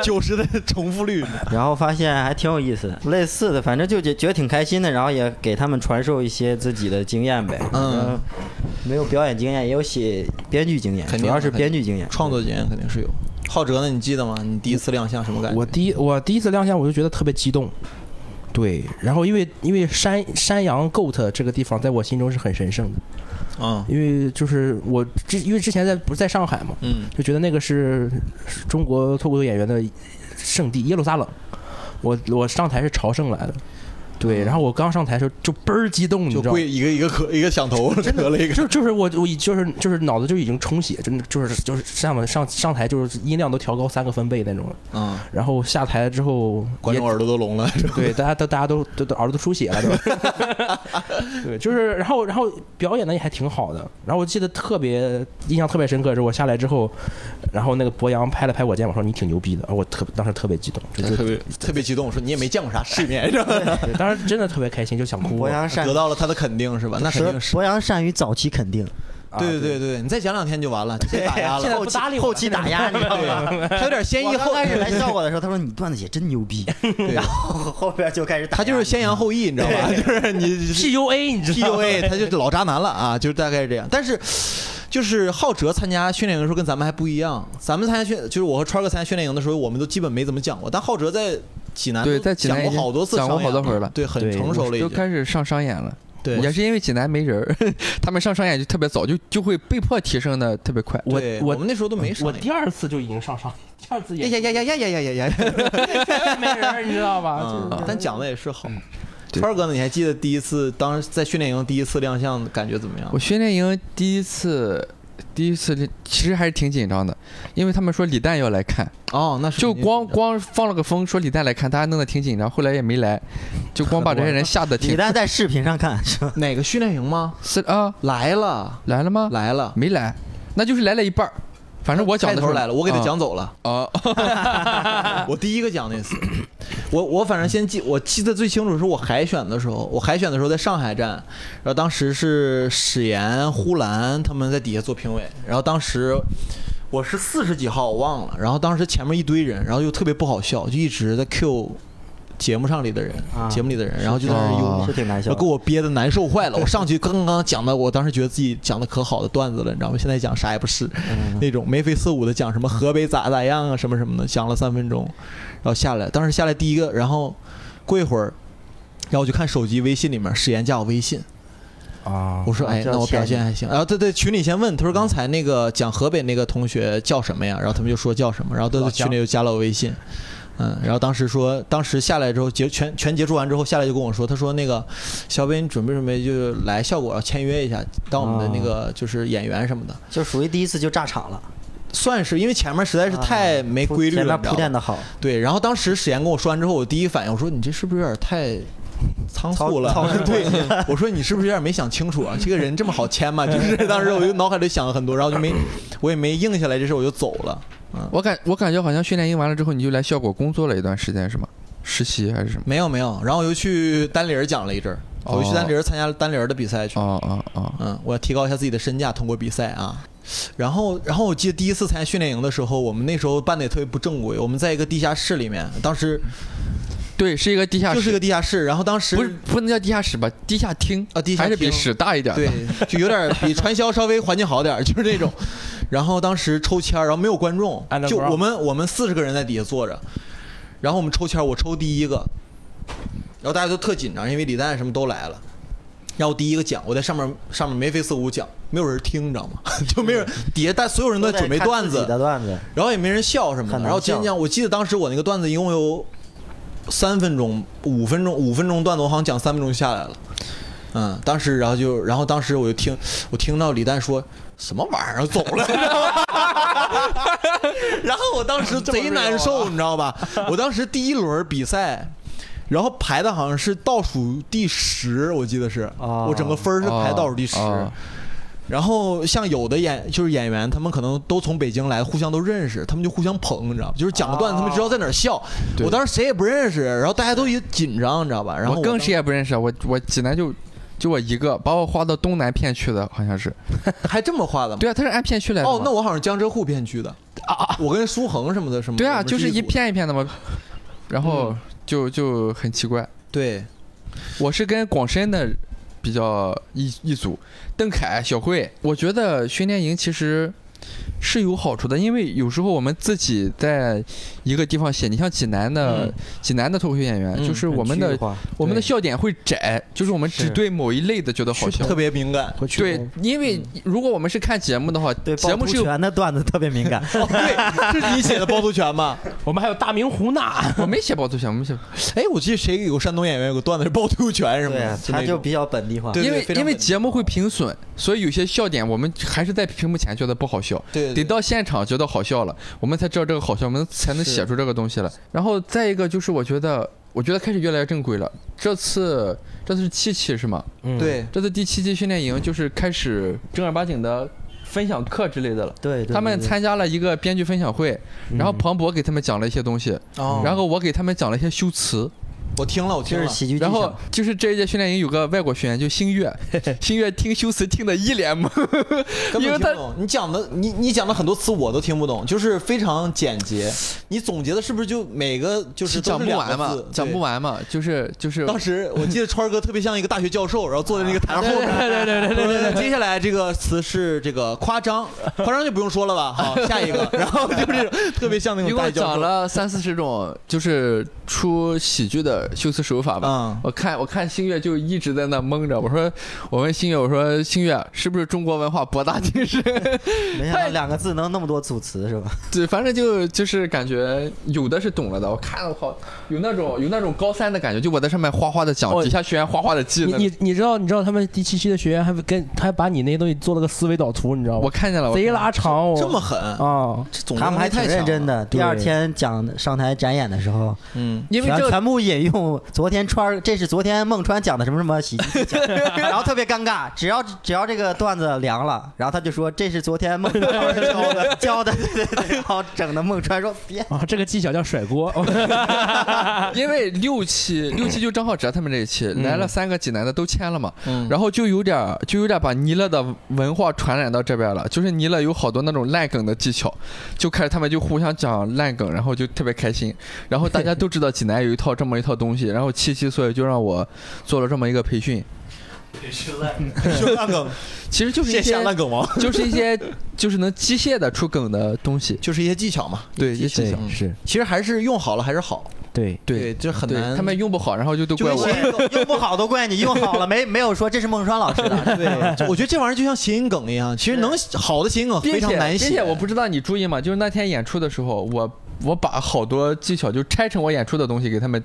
Speaker 2: 九十的重复率。
Speaker 6: 然后发现还挺有意思的，类似的，反正就觉觉得挺开心的。然后也给他们传授一些自己的经验呗。
Speaker 2: 嗯，
Speaker 6: 没有表演经验，也有写编剧经验，
Speaker 2: 肯定
Speaker 6: 主要
Speaker 2: 的
Speaker 6: 是
Speaker 2: 肯
Speaker 6: 编剧经验。
Speaker 2: 创作经验肯定是有。浩哲呢？你记得吗？你第一次亮相什么感觉？
Speaker 3: 我第一我第一次亮相，我就觉得特别激动。对，然后因为因为山山羊 GOAT 这个地方在我心中是很神圣的，
Speaker 2: 嗯
Speaker 3: 因为就是我之因为之前在不是在上海嘛，
Speaker 2: 嗯
Speaker 3: 就觉得那个是中国脱口秀演员的圣地耶路撒冷。我我上台是朝圣来的，对，然后我刚上台的时候就倍儿激动，你
Speaker 2: 就
Speaker 3: 知道吗？
Speaker 2: 跪一个一个磕一个响头，磕了一个。
Speaker 3: 就就是我我已就是就是脑子就已经充血，真的就是就是上面上上台就是音量都调高三个分贝那种了，
Speaker 2: 嗯，
Speaker 3: 然后下台之后
Speaker 2: 观众
Speaker 3: 也
Speaker 2: 耳朵都聋了。
Speaker 3: 对大家都大家都都都耳朵都出血了，对吧？ 对，就是然后然后表演的也还挺好的，然后我记得特别印象特别深刻，是我下来之后，然后那个博洋拍了拍我肩膀说你挺牛逼的，我特当时特别激动，就
Speaker 2: 特别特别激动，说你也没见过啥世面，是吧？
Speaker 3: 对当时真的特别开心，就想哭
Speaker 6: 博。洋善
Speaker 2: 得到了他的肯定是吧？那肯
Speaker 6: 博
Speaker 2: 定是
Speaker 6: 博洋善于早期肯定，
Speaker 4: 啊
Speaker 2: 对对对对，你再讲两天就完了，先打 压了。
Speaker 6: 后
Speaker 3: 不
Speaker 6: 期
Speaker 3: 搭理我
Speaker 6: 后期打压，你知道吗？
Speaker 2: 对，他有点先抑
Speaker 6: 我刚
Speaker 2: 后，
Speaker 6: 开始 来效果的时候，他说你段子姐真牛逼，然后后边就开始打压
Speaker 2: 他就是先扬后抑，你知道吧？就是 你
Speaker 3: PUA，你知道吗？
Speaker 2: PUA，他就是老渣男了啊，就是大概是这样。但是就是浩哲参加训练营的时候跟咱们还不一样，咱们参加训就是我和川哥参加训练营的时候，我们都基本没怎么讲过，但浩哲在济南
Speaker 4: 对
Speaker 2: 都
Speaker 4: 在济南
Speaker 2: 讲过
Speaker 4: 已经
Speaker 2: 好多次商
Speaker 4: 讲
Speaker 2: 演，
Speaker 4: 过好多回了
Speaker 2: 对，很
Speaker 3: 对
Speaker 2: 成熟了已
Speaker 4: 就
Speaker 2: 经。
Speaker 4: 开始上商演了。也
Speaker 2: 对，
Speaker 4: 是因为济南没人儿， 他们上商演就特别早，就就会被迫提升的特别快。
Speaker 3: 我
Speaker 2: 对
Speaker 3: 我
Speaker 2: 们那时候都没
Speaker 3: 我
Speaker 2: 上。
Speaker 3: 第二次就已经上上，第二次
Speaker 2: 哎
Speaker 3: 也
Speaker 2: 呀呀呀呀呀呀呀呀！
Speaker 3: 没人儿，你知道吧？
Speaker 4: 哦
Speaker 2: 嗯，但讲的也是好。
Speaker 4: 对
Speaker 2: 川哥呢？你还记得第一次当时在训练营第一次亮相感觉怎么样
Speaker 4: 我？训练营第一次，第一次其实还是挺紧张的，因为他们说李诞要来看，
Speaker 2: 哦，那是
Speaker 4: 就
Speaker 2: 你
Speaker 4: 光光放了个风说李诞来看，大家弄得挺紧张，后来也没来，就光把这些人吓得
Speaker 6: 李
Speaker 4: 挺
Speaker 6: 诞在视频上看是吧？
Speaker 2: 哪个训练营吗？
Speaker 4: 是啊，
Speaker 2: 来了，
Speaker 4: 来了吗？
Speaker 2: 来了，
Speaker 4: 没来，那就是来了一半儿，反正我讲的
Speaker 2: 开
Speaker 4: 时候
Speaker 2: 头来了，我给他
Speaker 4: 啊
Speaker 2: 讲走了。
Speaker 4: 哦，
Speaker 2: 我第一个讲那次， 我我反正先记，我记得最清楚是我海选的时候，我海选的时候在上海站，然后当时是史岩、呼兰他们在底下做评委，然后当时我是四十几号我忘了，然后当时前面一堆人，然后又特别不好笑，就一直在 Q 节目上里的人，
Speaker 6: 啊
Speaker 2: 节目里的人， 然后就在那儿幽默
Speaker 4: 哦
Speaker 6: 是。挺难笑
Speaker 2: 然后呃
Speaker 6: 的
Speaker 2: 给。我憋得难受坏了，我上去刚刚讲的，我当时觉得自己讲的可好的段子了，你知道吗？现在讲啥也不是，那种眉飞色舞的讲什么河北咋咋样啊什么什么的，讲了三分钟，然后下来，当时下来第一个，然后过一会儿，然后我就看手机微信里面史岩加我微信，
Speaker 3: 啊
Speaker 2: 我，说哎，那我表现还行。然后他在群里先问，他
Speaker 6: 嗯
Speaker 2: 说刚才那个讲河北那个同学叫什么呀？然后他们就说叫什么，然后他在
Speaker 3: 老姜
Speaker 2: 群里又加了我微信。嗯，然后当时说，当时下来之后结全全结束完之后下来就跟我说，他说那个小北你准备准备就来效果要签约一下，当我们的那
Speaker 6: 啊
Speaker 2: 个就是演员什么的，
Speaker 6: 就属于第一次就炸场了，
Speaker 2: 算是因为前面实在是太没规律
Speaker 6: 啊
Speaker 2: 了，你
Speaker 6: 前面
Speaker 2: 知道
Speaker 6: 铺
Speaker 2: 吧
Speaker 6: 垫的好，
Speaker 2: 对，然后当时史岩跟我说完之后，我第一反应我说你这是不是有点太仓促了？
Speaker 6: 操操
Speaker 2: 对，我说你是不是有点没想清楚啊？这个人这么好签吗？就是 当时我就脑海里想了很多，然后就没我也没应下来这事，我就走了。
Speaker 4: 我感我感觉好像训练营完了之后，你就来效果工作了一段时间是吗？实习还是什么？
Speaker 2: 没有没有，然后我又去丹林儿讲了一阵儿，我就去丹林儿参加了丹林儿的比赛去。
Speaker 4: 哦哦哦，
Speaker 2: 嗯，我要提高一下自己的身价，通过比赛啊。然后，然后我记得第一次参加训练营的时候，我们那时候办的也特别不正规，我们在一个地下室里面，当时
Speaker 4: 对，是一个地下室，
Speaker 2: 就是个地下室，然后当时
Speaker 4: 不是不能叫地下室吧？地下厅
Speaker 2: 啊地下
Speaker 4: 还是比
Speaker 2: 厅
Speaker 4: 室大一点的。
Speaker 2: 对， 就有点比传销稍微环境好点儿， 就是那种。然后当时抽签儿，然后没有观众，
Speaker 3: Underground
Speaker 2: 就我们我们四十个人在底下坐着，然后我们抽签儿，我抽第一个，然后大家都特紧张，因为李诞什么都来了。然后我第一个讲，我在上面上面眉飞色舞讲，没有人听，你知道吗？ 就没有人底下，但所有人都在准备
Speaker 6: 看
Speaker 2: 段
Speaker 6: 自己
Speaker 2: 子，
Speaker 6: 的段子，
Speaker 2: 然后也没人笑什么的。
Speaker 6: 很难
Speaker 2: 然后今天
Speaker 6: 笑
Speaker 2: 讲，我记得当时我那个段子一共有三分钟、五分钟、五分钟段子，我好像讲三分钟下来了。嗯，当时然后就，然后当时我就听，我听到李诞说什么玩意儿走了， 然后我当时贼
Speaker 6: 啊
Speaker 2: 难受，你知道吧？我当时第一轮比赛。然后排的好像是倒数第十，我记得是，
Speaker 6: 哦
Speaker 2: 我整个分儿是排倒数第十，
Speaker 6: 啊
Speaker 4: 哦
Speaker 2: 然后像有的演就是演员，他们可能都从北京来，互相都认识，他们就互相捧，你知道吧？就是讲个段子，他们知道在哪儿笑。
Speaker 4: 对
Speaker 2: 我当时谁也不认识，然后大家都也紧张，你知道吧？然后
Speaker 4: 我更
Speaker 2: 当
Speaker 4: 谁也不认识，啊我我济南就就我一个，把我划到东南片区的，好像是。
Speaker 2: 还这么画的吗？
Speaker 4: 对啊，他是按片区来的嘛。
Speaker 2: 哦，那我好像是江浙沪片区的啊，我跟苏恒什么的什么的。
Speaker 4: 对
Speaker 2: 我
Speaker 4: 啊，
Speaker 2: 们
Speaker 4: 就是
Speaker 2: 一嗯
Speaker 4: 一
Speaker 2: 组。
Speaker 4: 片一片 的嘛，然后就就很奇怪。
Speaker 2: 对，
Speaker 4: 我是跟广深的比较一一组，邓凯、小慧。我觉得训练营其实是有好处的，因为有时候我们自己在一个地方写，你像济南的、
Speaker 2: 嗯
Speaker 4: 济南的脱口秀演员，
Speaker 2: 嗯
Speaker 4: 就是我们
Speaker 6: 很
Speaker 4: 的
Speaker 6: 区域化
Speaker 4: 我们的笑点会窄，就是我们只
Speaker 6: 是
Speaker 4: 对某一类的觉得好笑
Speaker 2: 特。别敏感。
Speaker 3: 会去
Speaker 4: 对，因为如果我们是看节目的话，
Speaker 6: 对
Speaker 4: 节
Speaker 6: 趵
Speaker 4: 目
Speaker 6: 突
Speaker 4: 是有
Speaker 6: 泉的段子特别 敏感，
Speaker 2: 哦，对，这是你写的趵突泉吗？
Speaker 3: 我们还有大明湖呢，
Speaker 4: 我没写趵突泉，我没写，
Speaker 2: 哎，我记得谁有个山东演员有个段子是趵突泉什么
Speaker 6: 对
Speaker 2: 的
Speaker 6: 啊，，他
Speaker 2: 那
Speaker 6: 就
Speaker 2: 种
Speaker 6: 比较本地化
Speaker 2: 对。
Speaker 4: 因为
Speaker 2: 非常
Speaker 4: 因为
Speaker 2: 稳定
Speaker 4: 节目会评损，所以有些笑点我们还是在屏幕前觉得不好笑，
Speaker 2: 对对
Speaker 4: 得
Speaker 2: 对
Speaker 4: 到现场觉得好笑了，我们才知道这个好笑，我们才能
Speaker 2: 是
Speaker 4: 写出这个东西来。然后再一个就是，我觉得我觉得开始越来越正规了。这次这次是七期是吗？
Speaker 3: 嗯，
Speaker 2: 对
Speaker 4: 这次第七期训练营就是开始正儿八经的分享课之类的了。
Speaker 6: 对，对
Speaker 4: 他们
Speaker 6: 对
Speaker 4: 参加了一个编剧
Speaker 2: 嗯
Speaker 4: 分享会，然后庞博给他们讲了一些东西，
Speaker 2: 哦
Speaker 4: 然后我给他们讲了一些修辞。
Speaker 2: 我听了，我
Speaker 6: 这
Speaker 2: 听
Speaker 6: 是
Speaker 2: 了。
Speaker 6: 喜剧技
Speaker 4: 然后
Speaker 6: 巧
Speaker 4: 就是这一届训练营有个外国学员，就 星月，星月听修辞听得一脸懵，
Speaker 2: 根
Speaker 4: 因
Speaker 2: 本
Speaker 4: 为
Speaker 2: 听
Speaker 4: 他
Speaker 2: 不懂你讲的，你你讲的很多词我都听不懂，就是非常简洁。你总结的是不是就每个就是都
Speaker 4: 讲
Speaker 2: 是
Speaker 4: 不
Speaker 2: 两
Speaker 4: 完
Speaker 2: 个
Speaker 4: 嘛
Speaker 2: 字，
Speaker 4: 讲不。完嘛，就是就是
Speaker 2: 对当时我记得川儿哥特别像一个大学教授，然后坐在那个台上后面。
Speaker 4: 对对对
Speaker 2: 对对对，接下来这个词是这个夸张，夸张就不用说了吧。好，下一个，然后就是特别像那
Speaker 4: 一
Speaker 2: 种大
Speaker 4: 共
Speaker 2: 学教
Speaker 4: 讲
Speaker 2: 授。
Speaker 4: 了三四十种，就是出喜剧的修辞手法吧。
Speaker 2: 嗯
Speaker 4: 我看我看星月就一直在那蒙着，我说我问星月，我说星月是不是中国文化博大精深？
Speaker 6: 没想到两个字能那么多组词是吧？
Speaker 4: 对，反正就就是感觉有的是懂了的，我看了好有那种有那种高三的感觉，就我在上面哗哗的讲，
Speaker 3: 哦
Speaker 4: 底下学员哗哗的记
Speaker 3: 你
Speaker 4: 呢。
Speaker 3: 你你知道你知道他们第七期的学员还跟还把你那些东西做了个思维导图，你知道
Speaker 4: 我
Speaker 3: 吗？
Speaker 4: 看见了，我
Speaker 3: 贼拉长，
Speaker 2: 这么狠，
Speaker 4: 哦
Speaker 3: 啊！
Speaker 2: 这总结
Speaker 6: 他
Speaker 2: 能
Speaker 6: 们
Speaker 2: 力
Speaker 6: 还挺
Speaker 2: 太强
Speaker 6: 认真
Speaker 2: 了。
Speaker 6: 的。第二
Speaker 3: 对
Speaker 6: 天讲上台展演的时候，
Speaker 2: 嗯，
Speaker 4: 因为
Speaker 6: 全
Speaker 4: 这个
Speaker 6: 全部引用昨天川儿，这是昨天孟川讲的什么什么喜剧 技巧，然后特别尴尬。只要只要这个段子凉了，然后他就说这是昨天孟川老师教 的教的，对对对，然后整的孟川说别
Speaker 3: 啊，这个技巧叫甩 锅，
Speaker 4: 因为六期六期就张浩哲他们这一期来了三个济南的都签了嘛，
Speaker 2: 嗯
Speaker 4: 然后就有点儿就有点儿把尼勒的文化传染到这边了，就是尼勒有好多那种烂梗的技巧，就开始他们就互相讲烂梗，然后就特别开心，然后大家都知道济南有一套这么一套东西，然后七七所以就让我做了这么一个培训，
Speaker 2: 就烂梗，
Speaker 4: 其实就是一
Speaker 2: 线下
Speaker 4: 些
Speaker 2: 烂梗王，
Speaker 4: 就是一些就是能机械的出梗的东西，
Speaker 2: 就是一些技巧嘛。嗯
Speaker 4: 对，一些技巧，
Speaker 3: 是
Speaker 2: 其实还是用好了还是好，
Speaker 3: 对，
Speaker 4: 对，
Speaker 2: 这很
Speaker 4: 对
Speaker 2: 难。
Speaker 4: 他们用不好，然后就都
Speaker 2: 就
Speaker 4: 怪
Speaker 2: 跟
Speaker 4: 我
Speaker 2: 谐。音 梗，
Speaker 6: 用不好都怪你，用好了没没有说这是孟川老师的，
Speaker 2: 对，就我觉得这玩意儿就像谐音梗一样，其实能好的谐音梗
Speaker 4: 并
Speaker 2: 啊非常
Speaker 4: 且
Speaker 2: 难写。
Speaker 4: 并且我不知道你注意吗？就是那天演出的时候，我我把好多技巧就拆成我演出的东西给他们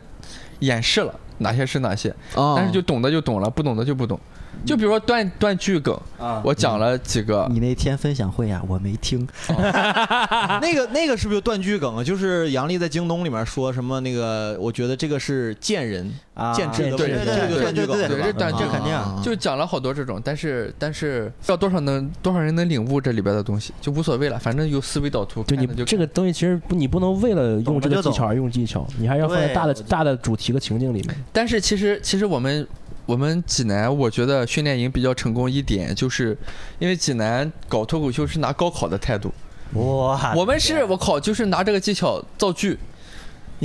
Speaker 4: 演示了，哪些是哪些，
Speaker 2: 啊
Speaker 4: 但是就懂的就懂了，不懂的就不懂。就比如说断断句梗，
Speaker 6: 啊。
Speaker 4: 我讲了几个，
Speaker 6: 你那天分享会啊，我没听，
Speaker 4: 啊
Speaker 2: 那个那个是不是就断句梗啊？就是杨笠在京东里面说什么那个，我觉得这个是贱人
Speaker 6: 啊
Speaker 2: 贱质的问题，
Speaker 4: 对
Speaker 2: 这个
Speaker 6: 对
Speaker 2: 断句梗
Speaker 6: 对
Speaker 4: 对
Speaker 2: 吧
Speaker 4: 这断句
Speaker 2: 啊
Speaker 6: 肯定啊
Speaker 4: 就讲了好多这种，但是但是不知道多少能多少人能领悟这里边的东西，就无所谓了，反正有思维导图，
Speaker 3: 就你
Speaker 4: 看着
Speaker 3: 这个东西，其实不你不能为了用这个技巧而用技巧，你还是要放在大的
Speaker 6: 对
Speaker 3: 大的主题和情境里面。
Speaker 4: 但是其实其实我们我们济南，我觉得训练营比较成功一点，就是因为济南搞脱口秀是拿高考的态度，
Speaker 6: 哇
Speaker 4: 我们是我靠，就是拿这个技巧造句。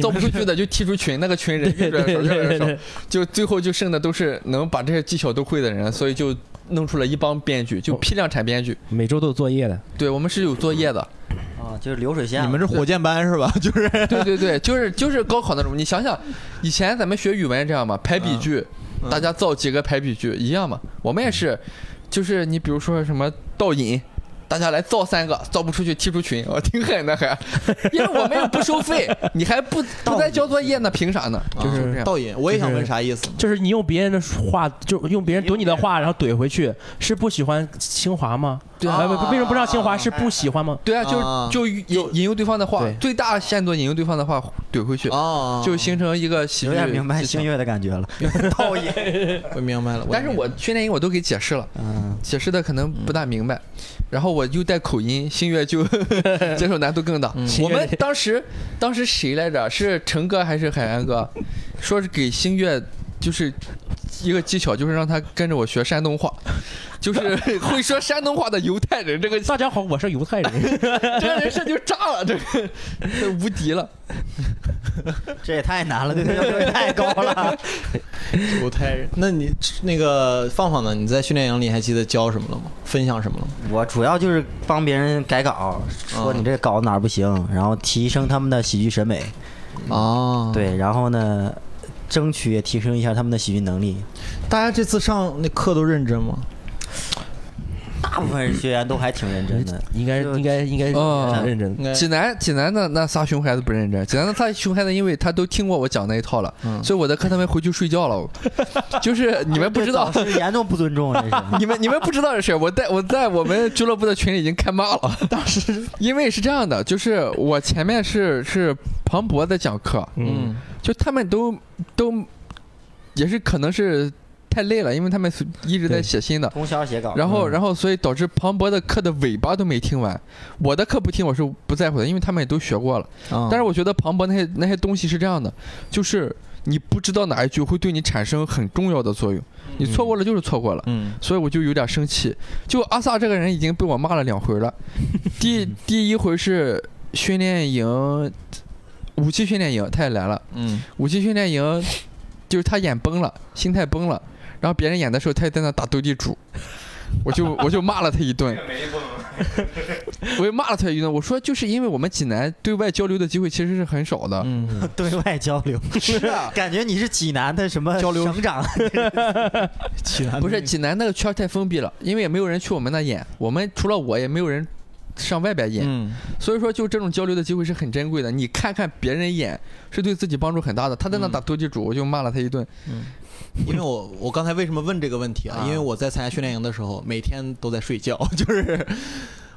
Speaker 4: 造不出句的就踢出群，那个群人越来越少，越来越少，就最后就剩的都是能把这些技巧都会的人，所以就弄出了一帮编剧，就批量产编剧。
Speaker 3: 每周都有作业的，
Speaker 4: 对我们是有作业的，
Speaker 6: 啊，就是流水线了。
Speaker 2: 你们是火箭班是吧？ 就是
Speaker 4: 对对对，就是就是高考那种。你想想，以前咱们学语文这样嘛，排比句，大家造几个排比句一样嘛。我们也是，就是你比如说什么倒引。大家来造三个，造不出去踢出群，我挺狠的还，因为我们又不收费，你还不不在交作业呢，凭啥呢？
Speaker 2: 啊
Speaker 4: 就是这样。
Speaker 2: 倒引，我也想问啥意思呢。
Speaker 3: 就是你用别人的话，就用别人怼你的话，然后怼回去，是不喜欢清华吗？
Speaker 4: 对
Speaker 3: 啊，不为什么不让清华？
Speaker 6: 啊
Speaker 3: 是不喜欢吗？
Speaker 4: 对啊，
Speaker 2: 啊
Speaker 4: 就就引引诱对方的话
Speaker 3: 对，
Speaker 4: 最大限度引诱对方的话怼回去，
Speaker 2: 哦，
Speaker 4: 就形成一个喜
Speaker 6: 有
Speaker 4: 剧。
Speaker 6: 点明白星月的感觉了，导演，
Speaker 2: 我明白了。
Speaker 4: 但是我训练营我都给解释了。
Speaker 6: 嗯，
Speaker 4: 解释的可能不大明白，然后我又带口音，新月就接受难度更大。我们当时当时谁来着？是陈哥还是海洋哥？说是给新月就是一个技巧，就是让他跟着我学山东话，就是会说山东话的犹太人，这个
Speaker 3: 大家好，我是犹太人。
Speaker 4: 这个人设就炸了，这个这无敌了。
Speaker 6: 这也太难了，对 对对，太高了。
Speaker 2: 犹太人。那你那个放放呢？你在训练营里还记得教什么了吗？分享什么了吗？
Speaker 6: 我主要就是帮别人改稿，说
Speaker 2: 嗯
Speaker 6: 你这个稿哪儿不行，然后提升他们的喜剧审美，
Speaker 4: 啊
Speaker 2: 哦，
Speaker 6: 对，然后呢，争取也提升一下他们的喜剧能力。
Speaker 2: 大家这次上那课都认真吗？
Speaker 6: 大部分学员都还挺认真的，
Speaker 2: 嗯
Speaker 3: 应该
Speaker 6: 就
Speaker 3: 应该应该
Speaker 4: 哦
Speaker 3: 很认真
Speaker 2: 应。该
Speaker 4: 济南济南的那仨熊孩子不认真，济南的仨熊孩子因为他都听过我讲那一套了，
Speaker 2: 嗯
Speaker 4: 所以我在课他们回去睡觉了。 就是你们不知道
Speaker 6: 对，导师严重不尊重，这是
Speaker 4: 你们你们不知道这事儿，我在我在我们俱乐部的群里已经开骂了。 当时因为是这样的，就是我前面是是庞博在讲课，
Speaker 3: 嗯，
Speaker 4: 就他们都都也是可能是太累了，因为他们一直在
Speaker 3: 对
Speaker 4: 写新的。
Speaker 6: 通宵写稿。
Speaker 4: 然后，然后，所以导致庞博的课的尾巴都没听完。我的课不听，我是不在乎的，因为他们也都学过了。
Speaker 2: 但
Speaker 4: 但是我觉得庞博那些那些东西是这样的，就是你不知道哪一句会对你产生很重要的作用，你错过了就是错过了。
Speaker 2: 嗯
Speaker 4: 所以我就有点生气。就阿萨这个人已经被我骂了两回了，第第一回是训练营，武器训练营他也来了，
Speaker 2: 嗯
Speaker 4: 武器训练营就是他演崩了，心态崩了，然后别人演的时候他也在那打斗地主。我就我就骂了他一顿，我就骂了他一顿。我说，就是因为我们济南对外交流的机会其实是很少的，
Speaker 2: 嗯，
Speaker 6: 对外交 流，
Speaker 4: 是啊
Speaker 6: 感觉你是济南的什么
Speaker 2: 交流
Speaker 6: 省长，
Speaker 2: 济南
Speaker 4: 不是济南那个圈儿太封闭了，因为也没有人去我们那演，我们除了我也没有人上外边演，
Speaker 2: 嗯
Speaker 4: 所以说，就这种交流的机会是很珍贵的。你看看别人演，是对自己帮助很大的。他在那打斗地主，我就骂了他一顿。
Speaker 2: 嗯因为我我刚才为什么问这个问题啊？
Speaker 4: 啊
Speaker 2: 因为我在参加训练营的时候，每天都在睡觉， 就是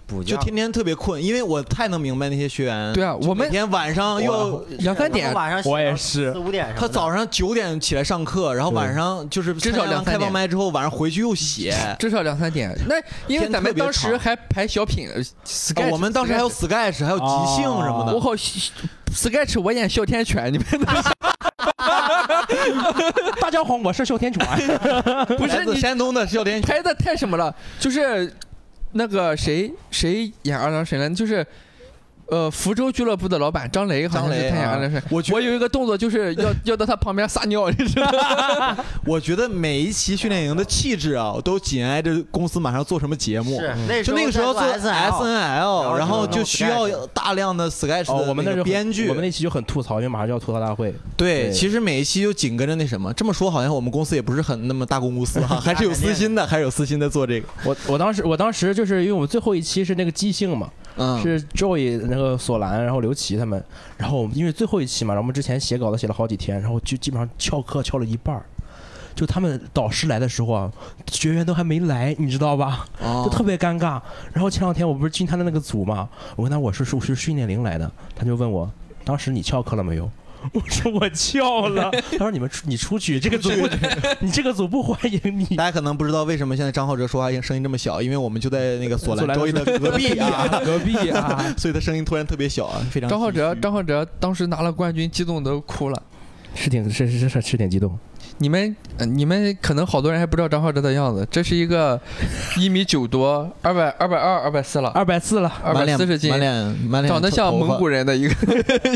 Speaker 6: 补
Speaker 2: 就天天特别困，因为我太能明白那些学员。
Speaker 4: 对啊，我
Speaker 2: 每
Speaker 4: 们
Speaker 2: 天晚上又
Speaker 4: 两三点，
Speaker 6: 晚上
Speaker 3: 我也是
Speaker 6: 四五点什么的
Speaker 2: 他早上九点起来上课，然后晚上就是
Speaker 4: 至
Speaker 2: 参
Speaker 4: 少
Speaker 2: 加完
Speaker 4: 两三
Speaker 2: 开放
Speaker 4: 点
Speaker 2: 麦之后，晚上回去又写。
Speaker 4: 至少两三点。那因为
Speaker 2: 天
Speaker 4: 咱们
Speaker 2: 特别
Speaker 4: 当时
Speaker 2: 长
Speaker 4: 还排小品呃
Speaker 2: 啊
Speaker 4: ，sketch，哦
Speaker 2: 我们当时还有 sketch，还有即兴什么
Speaker 4: sketch 我
Speaker 2: 的。
Speaker 4: 好 sketch，我演哮天犬，你们
Speaker 3: 大家好，我是哮天啊犬。
Speaker 4: 不
Speaker 2: 来
Speaker 4: 是
Speaker 2: 自
Speaker 4: 你
Speaker 2: 山东的哮天犬，
Speaker 4: 拍的太什么了？就是那个谁谁演二郎神了？就是。呃，福州俱乐部的老板张雷好像
Speaker 2: 张
Speaker 4: 是
Speaker 2: 雷
Speaker 4: 他演
Speaker 2: 啊
Speaker 4: 二郎神。
Speaker 2: 我觉
Speaker 4: 我有一个动作，就是要 要到他旁边撒尿，你知道吗？
Speaker 2: 我觉得每一期训练营的气质啊，都紧挨着公司马上做什么节目。
Speaker 6: 是那
Speaker 2: 嗯就那个时候做
Speaker 6: 在做
Speaker 2: S
Speaker 6: SNL
Speaker 2: L，然
Speaker 6: 然后
Speaker 2: 后
Speaker 6: 就
Speaker 2: 就需要大量的 sketch
Speaker 3: 哦，我
Speaker 2: 的
Speaker 3: 们
Speaker 2: 那
Speaker 3: 那时
Speaker 2: 个
Speaker 3: 候
Speaker 2: 编剧。
Speaker 3: 我们那期就很吐槽，因为马上就要吐槽大会。
Speaker 2: 对，
Speaker 3: 对
Speaker 2: 其实每一期就紧跟着那什么。这么说好像我们公司也不是很那么大公无私 哈，还是有私心的，还是有私心的做这个。
Speaker 3: 我我当时我当时就是因为我们最后一期是那个即兴嘛，
Speaker 2: 嗯，
Speaker 3: 是 Joey 那个索兰，然后刘琦他们，然后我们因为最后一期嘛，然后我们之前写稿子写了好几天，然后就基本上翘课翘了一半儿。就他们导师来的时候啊，学员都还没来，你知道吧？
Speaker 2: 哦
Speaker 3: 就特别尴尬。然后前两天我不是进他的那个组嘛，我跟他我是是我是训练营来的，他就问我当时你翘课了没有？ 我说我翘了。他说你们出你出去，这个组不 你这个组不欢迎你。
Speaker 2: 大家可能不知道为什么现在张浩哲说话声音这么小，因为我们就在那个索兰周一的隔壁啊，，
Speaker 3: 隔壁啊，
Speaker 2: 所以他声音突然特别小啊，非常
Speaker 4: 张浩哲，
Speaker 2: 唏嘘
Speaker 4: 张浩哲当时拿了冠军，激动都哭了。
Speaker 3: 是挺是是是是挺激动。
Speaker 4: 你们、呃你们可能好多人还不知道张浩哲的样子，这是一个一米九多，二百二百二二百四了，
Speaker 3: 二百四了，
Speaker 4: 二
Speaker 2: 满
Speaker 4: 百
Speaker 2: 脸
Speaker 4: 四十斤
Speaker 2: 满，脸满脸
Speaker 4: 长得像
Speaker 2: 头发
Speaker 4: 蒙古人的一个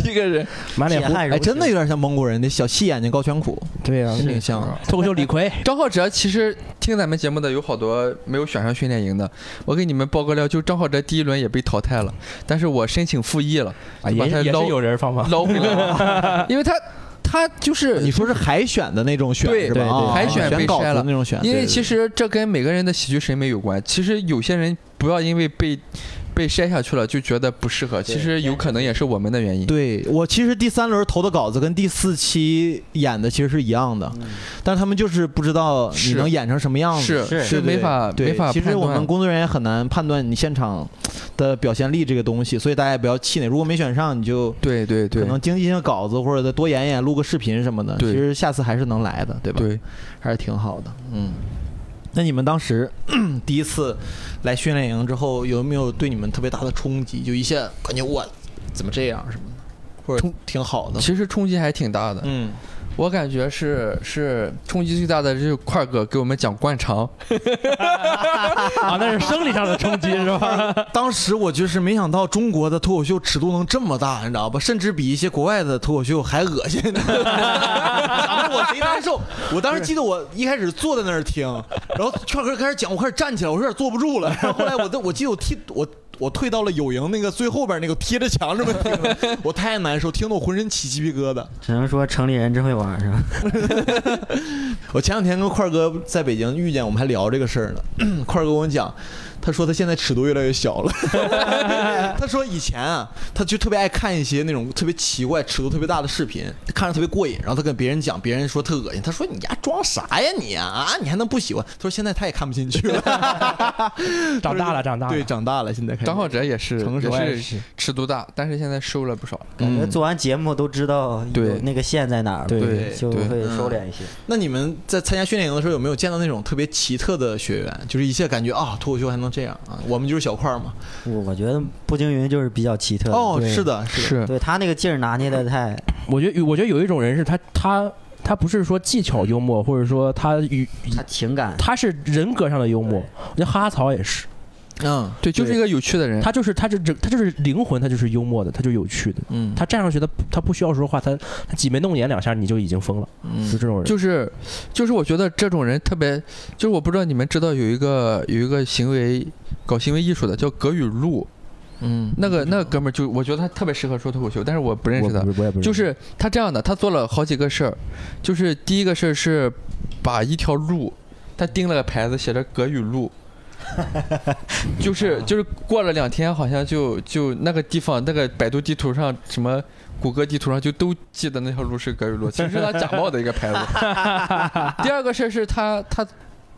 Speaker 4: 一个人。
Speaker 3: 满脸
Speaker 6: 铁
Speaker 3: 胡。
Speaker 6: 汉
Speaker 2: 哎，
Speaker 6: 柔
Speaker 2: 真的
Speaker 6: 情
Speaker 2: 有点像蒙古人，那小细眼睛高颧骨，
Speaker 3: 对呀、
Speaker 2: 挺像啊的。
Speaker 3: 脱口秀李 逵，
Speaker 4: 张浩哲其实听咱们节目的有好多没有选上训练营的，我给你们报个料，就张浩哲第一轮也被淘汰了，但是我申请复议了，
Speaker 3: 啊、
Speaker 4: 把
Speaker 3: 也
Speaker 4: 他
Speaker 3: 是也
Speaker 4: 捞
Speaker 3: 是有人放放。
Speaker 4: 捞回来了，因为他他 就是
Speaker 2: 你说是海选的那种选
Speaker 4: 对
Speaker 2: 是吧？
Speaker 3: 对对
Speaker 2: 啊
Speaker 4: 海选被
Speaker 2: 选稿子
Speaker 4: 筛了
Speaker 2: 那种选，
Speaker 4: 因为
Speaker 2: 啊对
Speaker 4: 其实这跟每个人的喜剧审美有关。其实有些人不要因为被被筛下去了就觉得不适合，其实有可能也是我们的原因。
Speaker 2: 对我其实第三轮投的稿子跟第四期演的其实是一样的，但他们就是不知道你
Speaker 4: 是
Speaker 2: 能演成什么样子，
Speaker 4: 是
Speaker 6: 是
Speaker 2: 对对
Speaker 4: 没法
Speaker 2: 对
Speaker 4: 没法
Speaker 2: 其
Speaker 4: 判
Speaker 2: 实我们
Speaker 4: 断。
Speaker 2: 工作人员很难判断你现场的表现力这个东西，所以大家也不要气馁。如果没选上，你就
Speaker 4: 对对
Speaker 2: 可
Speaker 4: 对
Speaker 2: 能精进性稿子，或者再多演演，录个视频什么的。其
Speaker 4: 对
Speaker 2: 实下次还是能来的，对吧？
Speaker 4: 对，
Speaker 2: 还是挺好的。嗯，那你们当时 第一次来训练营之后，有没有对你们特别大的冲击？就一下感觉我怎么这样什么的，或者挺好的。
Speaker 4: 其实冲击还挺大的。
Speaker 2: 嗯，
Speaker 4: 我感觉是是冲击最大的就是块儿哥给我们讲灌肠，
Speaker 3: 啊，那是生理上的冲击是吧？
Speaker 2: 当时我就是没想到中国的脱口秀尺度能这么大，你知道吧？甚至比一些国外的脱口秀还恶心。想 得我贼难受。我当时记得我一开始坐在那儿听，然后圈哥开始讲，我开始站起来，我有点坐不住了。然后后来我都我记得我踢我。我退到了友营那个最后边那个贴着墙这么听着，我太难受，听得我浑身起鸡皮疙瘩。
Speaker 6: 只能说城里人真会玩是吧？
Speaker 2: 我前两天跟块儿哥在北京遇见，我们还聊这个事儿呢。 块儿哥跟我讲，他说他现在尺度越来越小 了。他说以前啊，他就特别爱看一些那种特别奇怪、尺度特别大的视频，看着特别过瘾。然后他跟别人讲，别人说特恶心，他说你呀装啥呀你呀啊你还能不喜欢？他说现在他也看不进去了，
Speaker 3: 长大了，长大了。
Speaker 2: 对，长大了，现在开始
Speaker 4: 张浩哲也是
Speaker 2: 成熟
Speaker 4: 也
Speaker 2: 也
Speaker 4: 是尺度大，但是现在收了不少。
Speaker 6: 感觉
Speaker 2: 嗯
Speaker 6: 做完节目都知道有
Speaker 4: 对
Speaker 6: 那个线在哪儿了，
Speaker 3: 对
Speaker 6: 就
Speaker 4: 对
Speaker 2: 嗯
Speaker 6: 会收敛一些。
Speaker 2: 那你们在参加训练营的时候，有没有见到那种特别奇特的学员？就是一下感觉啊，脱口秀还能这样啊？我们就是小块儿嘛。
Speaker 6: 我我觉得步惊云就是比较奇特的。
Speaker 2: 哦，嗯
Speaker 6: 对
Speaker 2: 是，的，是的，
Speaker 4: 是
Speaker 6: 对他那个劲儿拿捏的太，
Speaker 3: 我觉得有，我觉得有一种人是他他他不是说技巧幽默，或者说他与
Speaker 6: 他情感
Speaker 3: 他是人格上的幽默。我觉得哈哈曹也是，
Speaker 2: 嗯
Speaker 4: 对，就是一个有趣的人。
Speaker 3: 他就是他这这他就是灵魂，他就是幽默的，他就是有趣的。
Speaker 2: 嗯，
Speaker 3: 他站上去，他他不需要说话，他他挤眉弄眼两下你就已经疯了，
Speaker 2: 嗯
Speaker 3: 就这种人。
Speaker 4: 就是，就是我觉得这种人特别，就是我不知道你们知道有一个有一个行为搞行为艺术的叫葛雨露，
Speaker 2: 嗯，
Speaker 4: 那个那个哥们儿就我觉得他特别适合说脱口秀，但是我不认识他
Speaker 3: 我。不我也不认识
Speaker 4: 就是他这样的，他做了好几个事儿，就是第一个事儿是把一条路，他钉了个牌子，写着“葛雨路”，就是就是过了两天，好像就就那个地方那个百度地图上什么。谷歌地图上就都记得那条路是葛雨路，其实是他假冒的一个牌子。第二个事儿是他他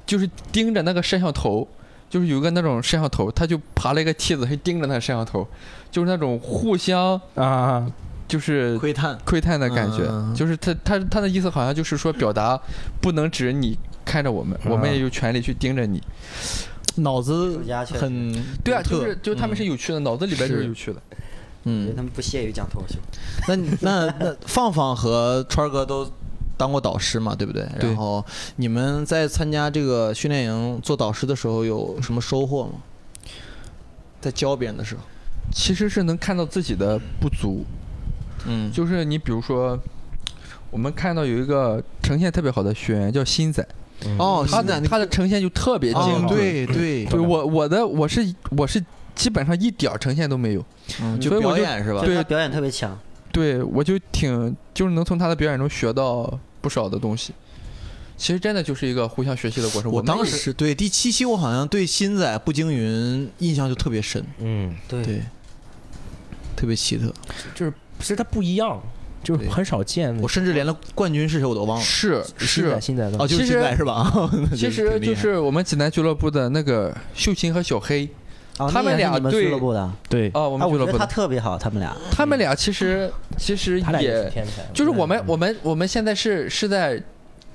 Speaker 4: 就是盯着那个摄像头，就是有一个那种摄像头，他就爬了一个梯子，还盯着那个摄像头，就是那种互相
Speaker 3: 啊啊，啊
Speaker 4: 就是
Speaker 2: 窥探，
Speaker 4: 窥探的感觉，
Speaker 2: 嗯
Speaker 4: 就是他他他的意思好像就是说表达不能只你看着我们，
Speaker 3: 嗯
Speaker 4: 我们也有权利去盯着你。
Speaker 2: 脑子
Speaker 6: 艺术家确实
Speaker 2: 很
Speaker 4: 对啊，
Speaker 2: 独
Speaker 4: 就
Speaker 2: 特嗯
Speaker 4: 是就是他们是有趣的，脑子里边就是
Speaker 2: 是
Speaker 4: 有趣的。
Speaker 6: 我觉得
Speaker 2: 嗯，
Speaker 6: 他们不屑于讲脱口秀。
Speaker 2: 那你那那放放和川儿哥都。当过导师嘛，对不对？
Speaker 4: 对
Speaker 2: 然后你们在参加这个训练营做导师的时候有什么收获吗？在教别人的时候，
Speaker 4: 其实是能看到自己的不足，
Speaker 2: 嗯
Speaker 4: 就是你比如说，我们看到有一个呈现特别好的学员叫新仔，
Speaker 2: 哦，
Speaker 4: 他
Speaker 2: 现在
Speaker 4: 的
Speaker 2: 那个
Speaker 4: 他的呈现就特别精
Speaker 2: 哦，
Speaker 4: 准。
Speaker 2: 对对，
Speaker 4: 对我我的我是我是基本上一点儿呈现都没有，
Speaker 2: 嗯
Speaker 4: 所
Speaker 2: 就
Speaker 4: 以我
Speaker 2: 表
Speaker 4: 就
Speaker 2: 演是吧？
Speaker 6: 就
Speaker 4: 对
Speaker 6: 他表演特别强，
Speaker 4: 对我就挺就是能从他的表演中学到不少的东西。其实真的就是一个互相学习的过程。
Speaker 2: 我
Speaker 4: 们
Speaker 2: 当
Speaker 4: 也
Speaker 2: 时对第七期，我好像对新仔步惊云印象就特别深，
Speaker 3: 嗯，
Speaker 6: 对
Speaker 2: 对，特别奇特。
Speaker 3: 就是其实他不一样，就是
Speaker 2: 对
Speaker 3: 很少见。
Speaker 2: 我甚至连了冠军是谁我都忘了。
Speaker 4: 是
Speaker 3: 新
Speaker 4: 是
Speaker 3: 仔，新仔的
Speaker 2: 哦，就是
Speaker 4: 其实
Speaker 2: 新仔是吧？ 那
Speaker 4: 其实
Speaker 2: 挺厉
Speaker 4: 就
Speaker 2: 害
Speaker 4: 是我们济南俱乐部的那个秀琴和小黑
Speaker 6: 哦
Speaker 4: 他们
Speaker 6: 那也是
Speaker 4: 俩
Speaker 6: 你们
Speaker 4: 对
Speaker 6: 俱乐部的，
Speaker 3: 对，
Speaker 4: 啊，我
Speaker 6: 哎
Speaker 4: 们
Speaker 6: 我
Speaker 4: 俱
Speaker 6: 觉
Speaker 4: 乐
Speaker 6: 得
Speaker 4: 部
Speaker 6: 他
Speaker 4: 的，
Speaker 6: 特别好，他们俩
Speaker 4: 他们俩其实其实
Speaker 3: 他俩也是
Speaker 4: 也
Speaker 3: 天才，
Speaker 4: 就是我们
Speaker 3: 嗯
Speaker 4: 我们我们现在是是在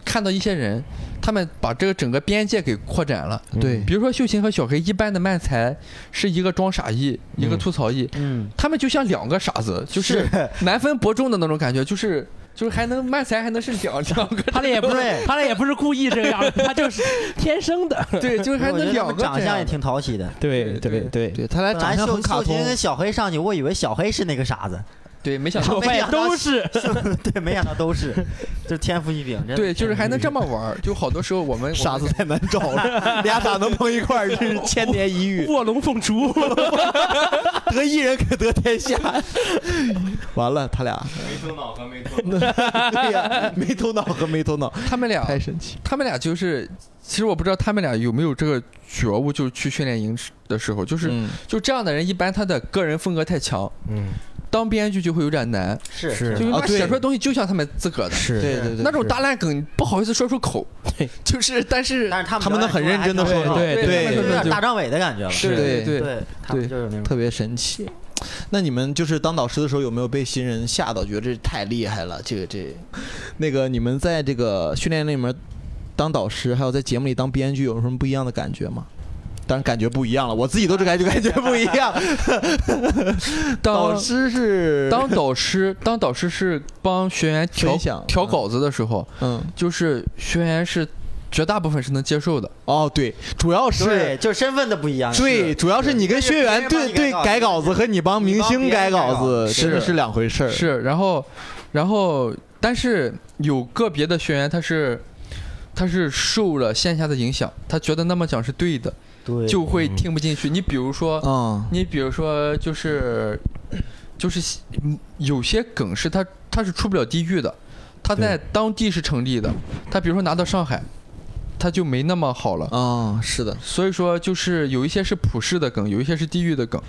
Speaker 4: 看到一些人，他们把这个整个边界给扩展了。
Speaker 2: 对
Speaker 4: 比如说秀琴和小黑，一般的漫才是一个装傻艺，一个
Speaker 3: 嗯
Speaker 4: 吐槽艺，
Speaker 6: 嗯，
Speaker 4: 他们就像两个傻 子，就是难分伯仲的那种感觉，就是就是还能漫才还能是两两个，
Speaker 3: 他俩也不是
Speaker 6: 对
Speaker 3: 他俩也不是故意这个样，他就是天生的。
Speaker 4: 对，就是还
Speaker 6: 我觉
Speaker 4: 能
Speaker 6: 得他
Speaker 4: 两
Speaker 6: 们
Speaker 4: 个
Speaker 6: 长
Speaker 4: 这样
Speaker 6: 相也挺讨喜的。
Speaker 3: 对
Speaker 4: 对
Speaker 3: 对，
Speaker 2: 对他俩
Speaker 6: 本
Speaker 2: 哎长
Speaker 6: 来
Speaker 2: 相
Speaker 6: 秀
Speaker 2: 很卡
Speaker 6: 秀
Speaker 2: 通
Speaker 6: 琴，跟小黑上去，我以为小黑是那 个傻子，
Speaker 4: 对，没想
Speaker 3: 我
Speaker 4: 到
Speaker 3: 发现都是
Speaker 6: 对，没想到都是，就天赋异禀。真的
Speaker 4: 对，就是 还能这么玩儿，就好多时候我们
Speaker 2: 傻子，太难找 了，俩傻能碰一块儿，真是千年一遇。
Speaker 3: 卧龙凤雏。
Speaker 2: 得一人可得天下。完了，他俩没头脑和没头脑，对呀，没头脑哦和没头脑，
Speaker 4: 我们 他们俩，
Speaker 6: 哎
Speaker 2: 太神奇。
Speaker 4: 他们俩就是，其实我不知道他们俩有没有这个觉悟，就是去训练营的时候，就是、
Speaker 2: 嗯
Speaker 4: 就这样的人，一般他的个人风格太强，
Speaker 3: 嗯，
Speaker 4: 当编剧就会有点难，
Speaker 6: 是
Speaker 3: 是
Speaker 4: 就是
Speaker 2: 啊
Speaker 4: 他
Speaker 2: 对
Speaker 4: 写出来东西就像他们自个儿的。
Speaker 3: 是
Speaker 2: 对对对，
Speaker 4: 那种大烂梗不好意思说出口，
Speaker 3: 对，
Speaker 4: 就是但是
Speaker 6: 但是他们
Speaker 2: 他们能很认真的说
Speaker 6: 出
Speaker 2: 出
Speaker 3: 对
Speaker 6: 来，
Speaker 4: 对
Speaker 2: 对
Speaker 4: 他们就
Speaker 6: 就有点
Speaker 4: 就
Speaker 6: 大张伟的感觉了。
Speaker 2: 是
Speaker 4: 对
Speaker 2: 对
Speaker 6: 对，他们
Speaker 4: 对
Speaker 6: 就是那种
Speaker 2: 特别神奇。那你们就是当导师的时候，有没有被新人吓到，觉得这太厉害了？这个这，那个你们在这个训练营里面当导师，还有在节目里当编剧，有什么不一样的感觉吗？当然感觉不一样了，我自己都只感觉感觉不一样。导
Speaker 4: 当
Speaker 2: 师是
Speaker 4: 当导师，当导师是帮学员调
Speaker 2: 分享
Speaker 4: 调
Speaker 2: 嗯
Speaker 4: 稿子的时候，
Speaker 2: 嗯
Speaker 4: 就是学员是绝大部分是能接受的，
Speaker 2: 哦对，主要
Speaker 6: 对，
Speaker 2: 是
Speaker 6: 就是身份的不一样。
Speaker 2: 对，
Speaker 6: 是，
Speaker 2: 主要是你跟学员
Speaker 6: 就是
Speaker 2: 对
Speaker 6: 别人帮你
Speaker 2: 对
Speaker 6: 改
Speaker 2: 改
Speaker 6: 稿
Speaker 2: 稿
Speaker 6: 子
Speaker 2: 子和你帮明星改稿
Speaker 6: 你帮别人
Speaker 2: 子
Speaker 4: 稿子
Speaker 2: 真的
Speaker 4: 是
Speaker 2: 是两回事儿。
Speaker 4: 是，然后，然后，但是有个别的学员他是，他是受了线下的影响，他觉得那么讲是对的，
Speaker 6: 对，
Speaker 4: 就会听不进去。你比如说，
Speaker 2: 嗯
Speaker 4: 你比如说就是，就是嗯有些梗是他他是出不了地域的，他在当地是成立的，他比如说拿到上海，他就没那么好了。
Speaker 2: 嗯，是的，
Speaker 4: 所以说，就是有一些是普世的梗，有一些是地域的梗，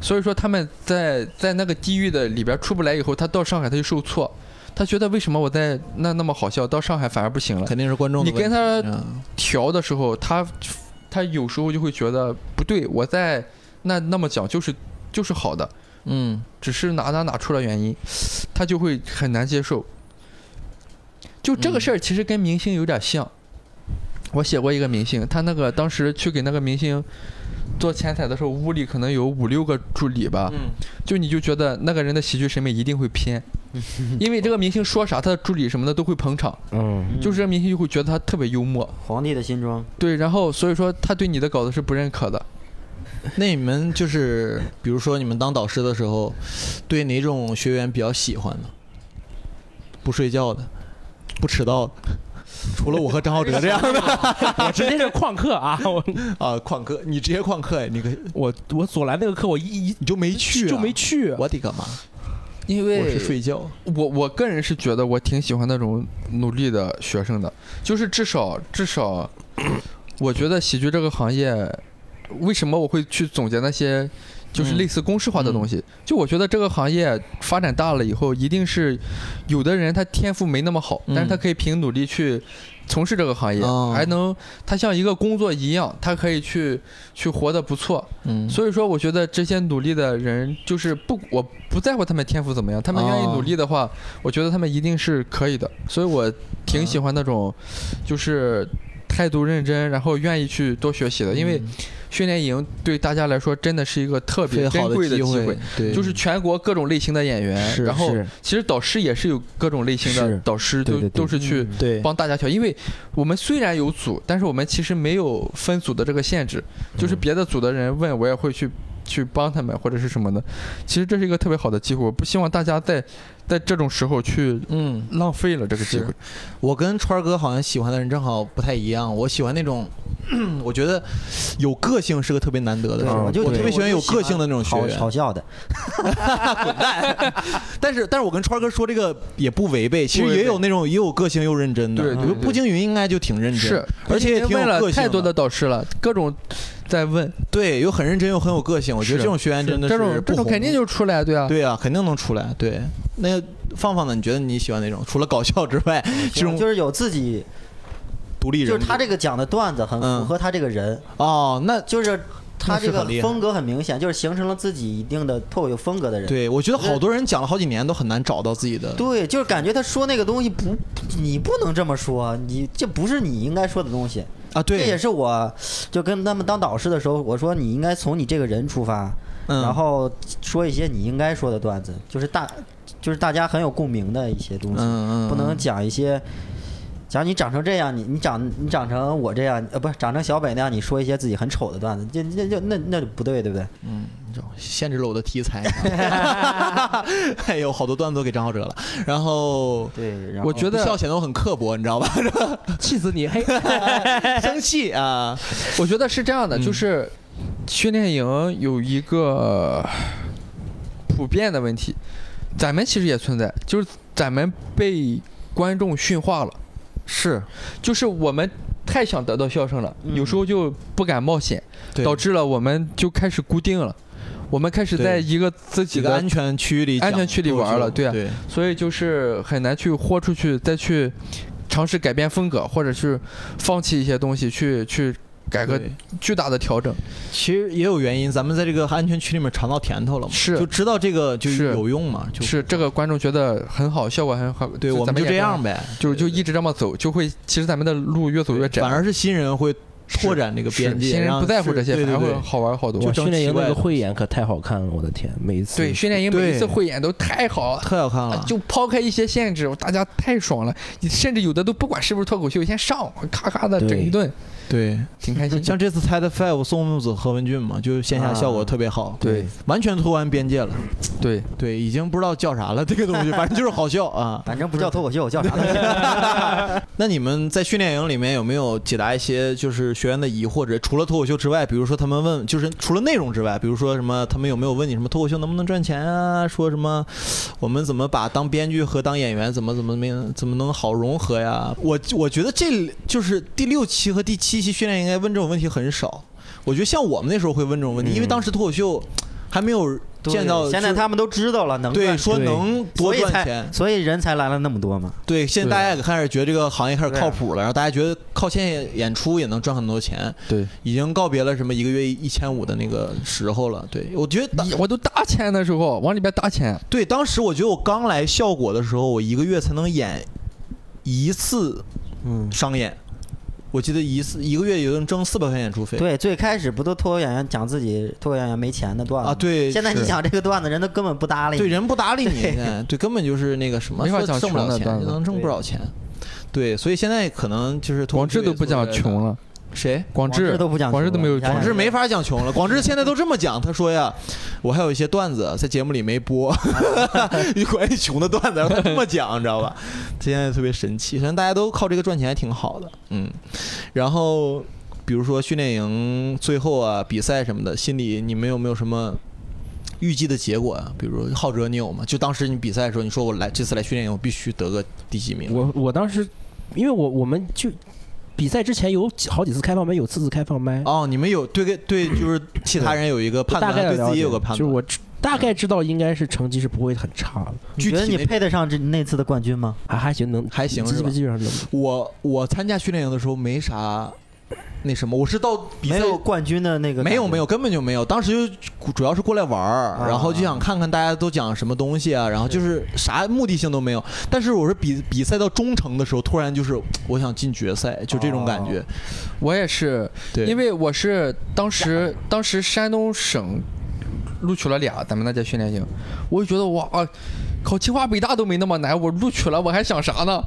Speaker 4: 所以说他们在在那个地域的里边出不来以后，他到上海他就受挫，他觉得为什么我在那那么好笑，到上海反而不行了。
Speaker 2: 肯定是观众
Speaker 4: 你
Speaker 2: 的
Speaker 4: 跟
Speaker 2: 问题。
Speaker 4: 他
Speaker 2: 嗯
Speaker 4: 调的时候，他他有时候就会觉得不对，我在那那么讲就是就是好的，
Speaker 2: 嗯，
Speaker 4: 只是哪哪哪出了原因，他就会很难接受。就这个事儿其实跟明星有点像。我写过一个明星，他那个当时去给那个明星做前台的时候，屋里可能有五六个助理吧，
Speaker 2: 嗯
Speaker 4: 就你就觉得那个人的喜剧审美一定会偏，因为这个明星说啥，他的助理什么的都会捧场，
Speaker 3: 嗯，
Speaker 4: 就是这个明星就会觉得他特别幽默，
Speaker 6: 皇帝的新装，
Speaker 4: 对，然后所以说他对你的稿子是不认可的。
Speaker 2: 那你们就是，比如说你们当导师的时候，对哪种学员比较喜欢呢？不睡觉的，不迟到的，除了我和张浩哲这样的
Speaker 3: 我直接是旷课啊！我
Speaker 2: 啊，旷课，你直接旷课哎，你可
Speaker 3: 我我左来那个课，我一一
Speaker 2: 你就没去、啊，
Speaker 3: 就没，去。
Speaker 2: 我得干嘛？
Speaker 4: 因
Speaker 2: 我是睡觉，
Speaker 4: 我我个人是觉得我挺喜欢那种努力的学生的，就是至少至少，我觉得喜剧这个行业，为什么我会去总结那些
Speaker 2: 嗯
Speaker 4: 就是类似公式化的东西？就我觉得这个行业发展大了以后，一定是有的人他天赋没那么好，
Speaker 2: 嗯
Speaker 4: 但是他可以凭努力去从事这个行业，
Speaker 2: 哦
Speaker 4: 还能他像一个工作一样，他可以去去活得不错。
Speaker 2: 嗯
Speaker 4: 所以说，我觉得这些努力的人，就是不，我不在乎他们天赋怎么样，他们愿意
Speaker 2: 哦
Speaker 4: 努力的话，我觉得他们一定是可以的。所以我挺喜欢那种，就是态度认真，然后愿意去多学习的，因为
Speaker 2: 嗯
Speaker 4: 训练营对大家来说真的是一个特别
Speaker 2: 特别
Speaker 4: 珍
Speaker 2: 好
Speaker 4: 贵的
Speaker 2: 机
Speaker 4: 机
Speaker 2: 会，对，
Speaker 4: 就是全国各种类型的演员，
Speaker 3: 是
Speaker 4: 然后
Speaker 3: 是
Speaker 4: 其实导师也是有各种类型的
Speaker 3: 是
Speaker 4: 导师，
Speaker 3: 对
Speaker 4: 都
Speaker 3: 对对
Speaker 4: 都是去
Speaker 2: 对，
Speaker 4: 帮大家调，因为我们虽然有组，但是我们其实没有分组的这个限制，
Speaker 2: 嗯
Speaker 4: 就是别的组的人问我也会去去帮他们或者是什么的。其实这是一个特别好的机会，我不希望大家在在这种时候去
Speaker 2: 嗯，
Speaker 4: 浪费了这个机会
Speaker 2: 是。我跟川儿哥好像喜欢的人正好不太一样，我喜欢那种， 我觉得有个性是个特别难得的事儿，
Speaker 3: 嗯
Speaker 6: 我就
Speaker 2: 我
Speaker 3: 对
Speaker 2: 特别喜欢有个性的那种学
Speaker 6: 好
Speaker 2: 员，
Speaker 6: 好笑的，
Speaker 2: 但是，但是我跟川哥说这个也不违背，其
Speaker 4: 不
Speaker 2: 实
Speaker 4: 违背
Speaker 2: 也有那种也有个性又认真的。
Speaker 4: 对
Speaker 2: 我
Speaker 4: 对
Speaker 2: 觉得
Speaker 4: 对
Speaker 2: 步惊云应该就挺认真，
Speaker 4: 是，
Speaker 2: 嗯而且也挺
Speaker 4: 问
Speaker 2: 有
Speaker 4: 了
Speaker 2: 个性
Speaker 4: 太多的导师了，各种在问，
Speaker 2: 对，又很认真又很有个性。我觉得
Speaker 4: 是
Speaker 2: 这种学员真的
Speaker 4: 这
Speaker 2: 是
Speaker 4: 种这
Speaker 2: 不
Speaker 4: 种
Speaker 2: 红
Speaker 4: 肯定就出来，对啊，
Speaker 2: 对啊，肯定能出来。对，那个放放呢？你觉得你喜欢哪种？除了搞笑之 外，这种
Speaker 6: 就是有自己，
Speaker 2: 独立人
Speaker 6: 就
Speaker 2: 格，
Speaker 6: 是他这个讲的段子很符合他这个人，
Speaker 2: 哦，那
Speaker 6: 就是他
Speaker 2: 那
Speaker 6: 这
Speaker 2: 是
Speaker 6: 个
Speaker 2: 很厉害
Speaker 6: 风格很明显，就是形成了自己一定的脱口秀风格的人。
Speaker 2: 对我觉得好多人讲了好几年都很难找到自己的。
Speaker 6: 对，就是感觉他说那个东西不，你不能这么说，你这不是你应该说的东西。
Speaker 2: 啊，
Speaker 6: 这也
Speaker 2: 对，
Speaker 6: 是我就跟他们当导师的时候，我说你应该从你这个人出发，
Speaker 2: 嗯
Speaker 6: 然后说一些你应该说的段子，就是大就是大家很有共鸣的一些东西，
Speaker 2: 嗯嗯
Speaker 6: 不能讲一些。假如你长成这样，你你长你长成我这样，呃，不是长成小北那样，你说一些自己很丑的段子，这那就那那就不对，对不对？
Speaker 2: 限制了我的题 材。 哎呦，好多段子都给张浩哲了。然后
Speaker 6: 对，然后
Speaker 4: 我觉得
Speaker 2: 笑显得我很刻薄，你知道吧？
Speaker 3: 气死你！嘿，
Speaker 4: 哎
Speaker 2: 生气啊！
Speaker 4: 我觉得是这
Speaker 2: 嗯
Speaker 4: 样的，就是训练营有一个普遍的问题，咱们其实也存在，就是咱们被观众驯化了，
Speaker 2: 是，
Speaker 4: 就是我们太想得到笑声了，
Speaker 6: 嗯
Speaker 4: 有时候就不敢冒险，
Speaker 2: 对
Speaker 4: 导致了我们就开始固定了，我们开始在
Speaker 2: 对
Speaker 4: 一个自己
Speaker 2: 几个
Speaker 4: 的
Speaker 2: 安全区里讲
Speaker 4: 安全区里玩了对啊
Speaker 2: 对
Speaker 4: 所以就是很难去豁出去，再去尝试改变风格，或者是放弃一些东西，去去改个
Speaker 2: 对
Speaker 4: 巨大的调整。
Speaker 2: 其实也有原因，咱们在这个安全区里面尝到甜头了嘛，
Speaker 4: 是
Speaker 2: 就知道这个就是有用嘛，就是
Speaker 4: 这个观众觉得很好，效果很好，
Speaker 2: 对，我
Speaker 4: 咱
Speaker 2: 们就这
Speaker 4: 也
Speaker 2: 样呗，
Speaker 4: 就
Speaker 2: 对
Speaker 4: 就一直这么走，就会其实咱们的路越走越窄，
Speaker 2: 反而是新人会拓展这个
Speaker 4: 是
Speaker 2: 边界，
Speaker 4: 新人
Speaker 2: 让
Speaker 4: 不在乎这些，
Speaker 2: 对对
Speaker 4: 反而会
Speaker 2: 对，
Speaker 4: 好玩好多
Speaker 2: 就。
Speaker 3: 我
Speaker 2: 整
Speaker 3: 训练营
Speaker 2: 奇怪
Speaker 3: 那个
Speaker 2: 的
Speaker 3: 汇演可太好看了，我的天，每一次
Speaker 4: 对，训练营每一次
Speaker 2: 对啊
Speaker 4: 汇演都太好了。
Speaker 2: 太好看了，
Speaker 4: 啊就抛开一些限制，大家太爽了。你甚至有的都不管是不是脱口秀，先上，咔咔的
Speaker 3: 对
Speaker 4: 整一顿，
Speaker 2: 对，
Speaker 4: 挺开心。
Speaker 2: 像这次 Tide Five 宋木子何文俊嘛，就是线下效果特别好，
Speaker 4: 对
Speaker 2: 完全拓宽边界了，
Speaker 4: 对，
Speaker 2: 对，已经不知道叫啥了，这个东西，反正就是好笑啊。
Speaker 6: 反正不叫脱口秀，叫啥东西？
Speaker 2: 那你们在训练营里面有没有解答一些就是学员的疑惑？者除了脱口秀之外，比如说他们问，就是除了内容之外，比如说什么，他们有没有问你什么脱口秀能不能赚钱啊？说什么我们怎么把当编剧和当演员怎么怎么没怎么能好融合呀？我我觉得这就是第六期和第七期训练营应该问这种问题很少。我觉得像我们那时候会问这种问题，因为当时脱口秀还没有
Speaker 6: 嗯 对
Speaker 2: 见到，
Speaker 6: 现在他们都知道了，能
Speaker 2: 对
Speaker 6: 赚
Speaker 2: 说
Speaker 3: 对
Speaker 2: 能多
Speaker 6: 所以
Speaker 2: 赚钱
Speaker 6: 才，所以人才来了那么多嘛。
Speaker 2: 对，现在大家也开始觉得这个行业开始
Speaker 6: 对啊
Speaker 2: 靠谱了，然后大家觉得靠线下演出也能赚很多钱，
Speaker 4: 对，
Speaker 2: 已经告别了什么一个月一千五的那个时候了。对，我觉得当
Speaker 4: 我都搭钱的时候往里边搭钱，
Speaker 2: 对当时我觉得我刚来效果的时候，我一个月才能演一次
Speaker 3: 嗯，
Speaker 2: 商演，我记得一次一个月有人挣四百块钱演出费。
Speaker 6: 对，最开始不都脱口演员讲自己脱口演员没钱的段子
Speaker 2: 啊，
Speaker 6: 吗，
Speaker 2: 对，
Speaker 6: 现在你
Speaker 2: 是
Speaker 6: 讲这个段子，人都根本不搭理你。
Speaker 2: 对人不搭理你，
Speaker 6: 对
Speaker 2: 现在 对根本就是那个什么，
Speaker 4: 没法
Speaker 2: 说
Speaker 4: 讲
Speaker 2: 挣不了
Speaker 4: 穷的
Speaker 2: 钱，
Speaker 4: 段
Speaker 2: 就
Speaker 4: 子
Speaker 2: 能挣不
Speaker 6: 对
Speaker 2: 少钱。对，所以现在可能就是通
Speaker 4: 广
Speaker 2: 过
Speaker 4: 志
Speaker 2: 这
Speaker 4: 都
Speaker 2: 个
Speaker 4: 不
Speaker 2: 做
Speaker 4: 讲
Speaker 2: 的
Speaker 4: 穷了，
Speaker 2: 谁？
Speaker 4: 广
Speaker 6: 广
Speaker 4: 志
Speaker 6: 志都不讲
Speaker 4: 广志
Speaker 6: 穷
Speaker 4: 都没
Speaker 6: 了
Speaker 4: 有
Speaker 6: 你
Speaker 4: 穷
Speaker 6: 看。
Speaker 2: 广志没法讲穷了，广志现在都这么讲，他说呀，我还有一些段子在节目里没播， 关于穷的段子，然后他这么讲，你知道吧？他现在特别神奇，可能大家都靠这个赚钱还挺好的，嗯。然后比如说训练营最后啊比赛什么的，心里你们有没有什么预计的结果啊？比如浩哲，你有吗？就当时你比赛的时候，你说我来这次来训练营，我必须得个第几名。
Speaker 3: 我我当时，因为我我们就比赛之前有几好几次开放麦，有四次开放麦，
Speaker 2: 哦，你们有对个对，就是其他人有一个判
Speaker 3: 大
Speaker 2: 断，
Speaker 3: 概
Speaker 2: 对
Speaker 3: 了
Speaker 2: 自
Speaker 3: 解
Speaker 2: 己有个判断，
Speaker 3: 就是我知大概知道应该是成绩是不会很差的，
Speaker 6: 你
Speaker 2: 具
Speaker 6: 觉得
Speaker 2: 体
Speaker 6: 你
Speaker 2: 那
Speaker 6: 配得上这那次的冠军吗？
Speaker 3: 还还行能
Speaker 2: 还行
Speaker 3: 基
Speaker 2: 是吧
Speaker 3: 本基本上能。
Speaker 2: 我我参加训练营的时候没啥那什么，我是到比
Speaker 6: 没
Speaker 2: 赛
Speaker 6: 有冠军的那个，
Speaker 2: 没有没有，根本就没有，当时就主要是过来玩儿，
Speaker 6: 啊
Speaker 2: 然后就想看看大家都讲什么东西啊，然后就是啥目的性都没有。但是我是比比赛到中程的时候，突然就是我想进决赛，就这种感觉。
Speaker 4: 我也是，
Speaker 2: 对，
Speaker 4: 因为我是当时当时山东省录取了俩咱们那届训练营，我就觉得哇、啊，考清华北大都没那么难，我录取了我还想啥呢？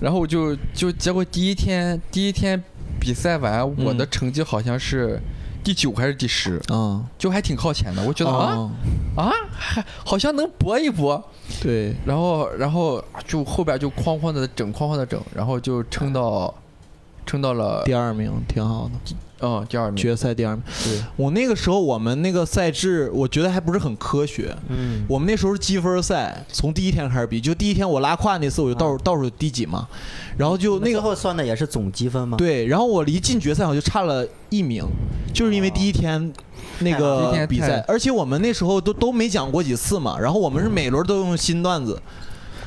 Speaker 4: 然后我就就结果第一天第一天比赛完，我的成绩好像是第九还是第十，
Speaker 2: 嗯，
Speaker 4: 就还挺靠前的。我觉得、
Speaker 2: 哦
Speaker 4: 啊啊，还好像能搏一搏。
Speaker 2: 对，
Speaker 4: 然后然后就后边就哐哐的整，哐哐的整，然后就撑到撑到了
Speaker 2: 第二名挺好的。
Speaker 4: 嗯第二名。
Speaker 2: 决赛第二名
Speaker 4: 对。
Speaker 2: 我那个时候我们那个赛制，我觉得还不是很科学。
Speaker 6: 嗯，
Speaker 2: 我们那时候是积分赛，从第一天开始比，就第一天我拉胯那次，我就
Speaker 4: 嗯
Speaker 2: 倒数、倒数第几嘛，然后就
Speaker 6: 你们
Speaker 2: 那
Speaker 6: 最
Speaker 2: 个
Speaker 6: 后算的也是总积分吗？
Speaker 2: 对，然后我离进决赛好像就差了一名，就是因为第一天那
Speaker 4: 哎第一
Speaker 2: 个
Speaker 4: 天
Speaker 2: 比
Speaker 4: 太
Speaker 2: 赛，而且我们那时候都都没讲过几次嘛，然后我们是每轮都用新段子，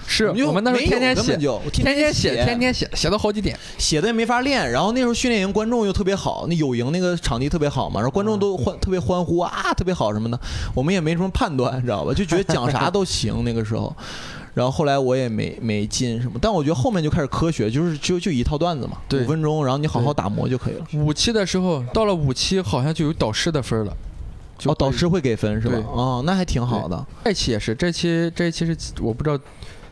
Speaker 4: 是
Speaker 2: 我们就
Speaker 4: 我们那时候
Speaker 2: 没有
Speaker 4: 天天
Speaker 2: 根
Speaker 4: 写
Speaker 2: 本，就天
Speaker 4: 天
Speaker 2: 天
Speaker 4: 写，天天写，写到好几点。
Speaker 2: 写的也没法练，然后那时候训练营观众又特别好，那有营那个场地特别好嘛，然后观众都欢特别欢呼啊，特别好什么的，我们也没什么判断，你知道吧？就觉得讲啥都行那个时候，然后后来我也没没进什么，但我觉得后面就开始科学，就是就就一套段子嘛，
Speaker 4: 对
Speaker 2: 五分钟，然后你好好打磨就可以了。
Speaker 4: 五期的时候，到了五期好像就有导师的分了，就
Speaker 2: 哦，导师会给分是吧
Speaker 4: 对？
Speaker 2: 哦，那还挺好的，
Speaker 4: 这期也是，这期这期是我不知道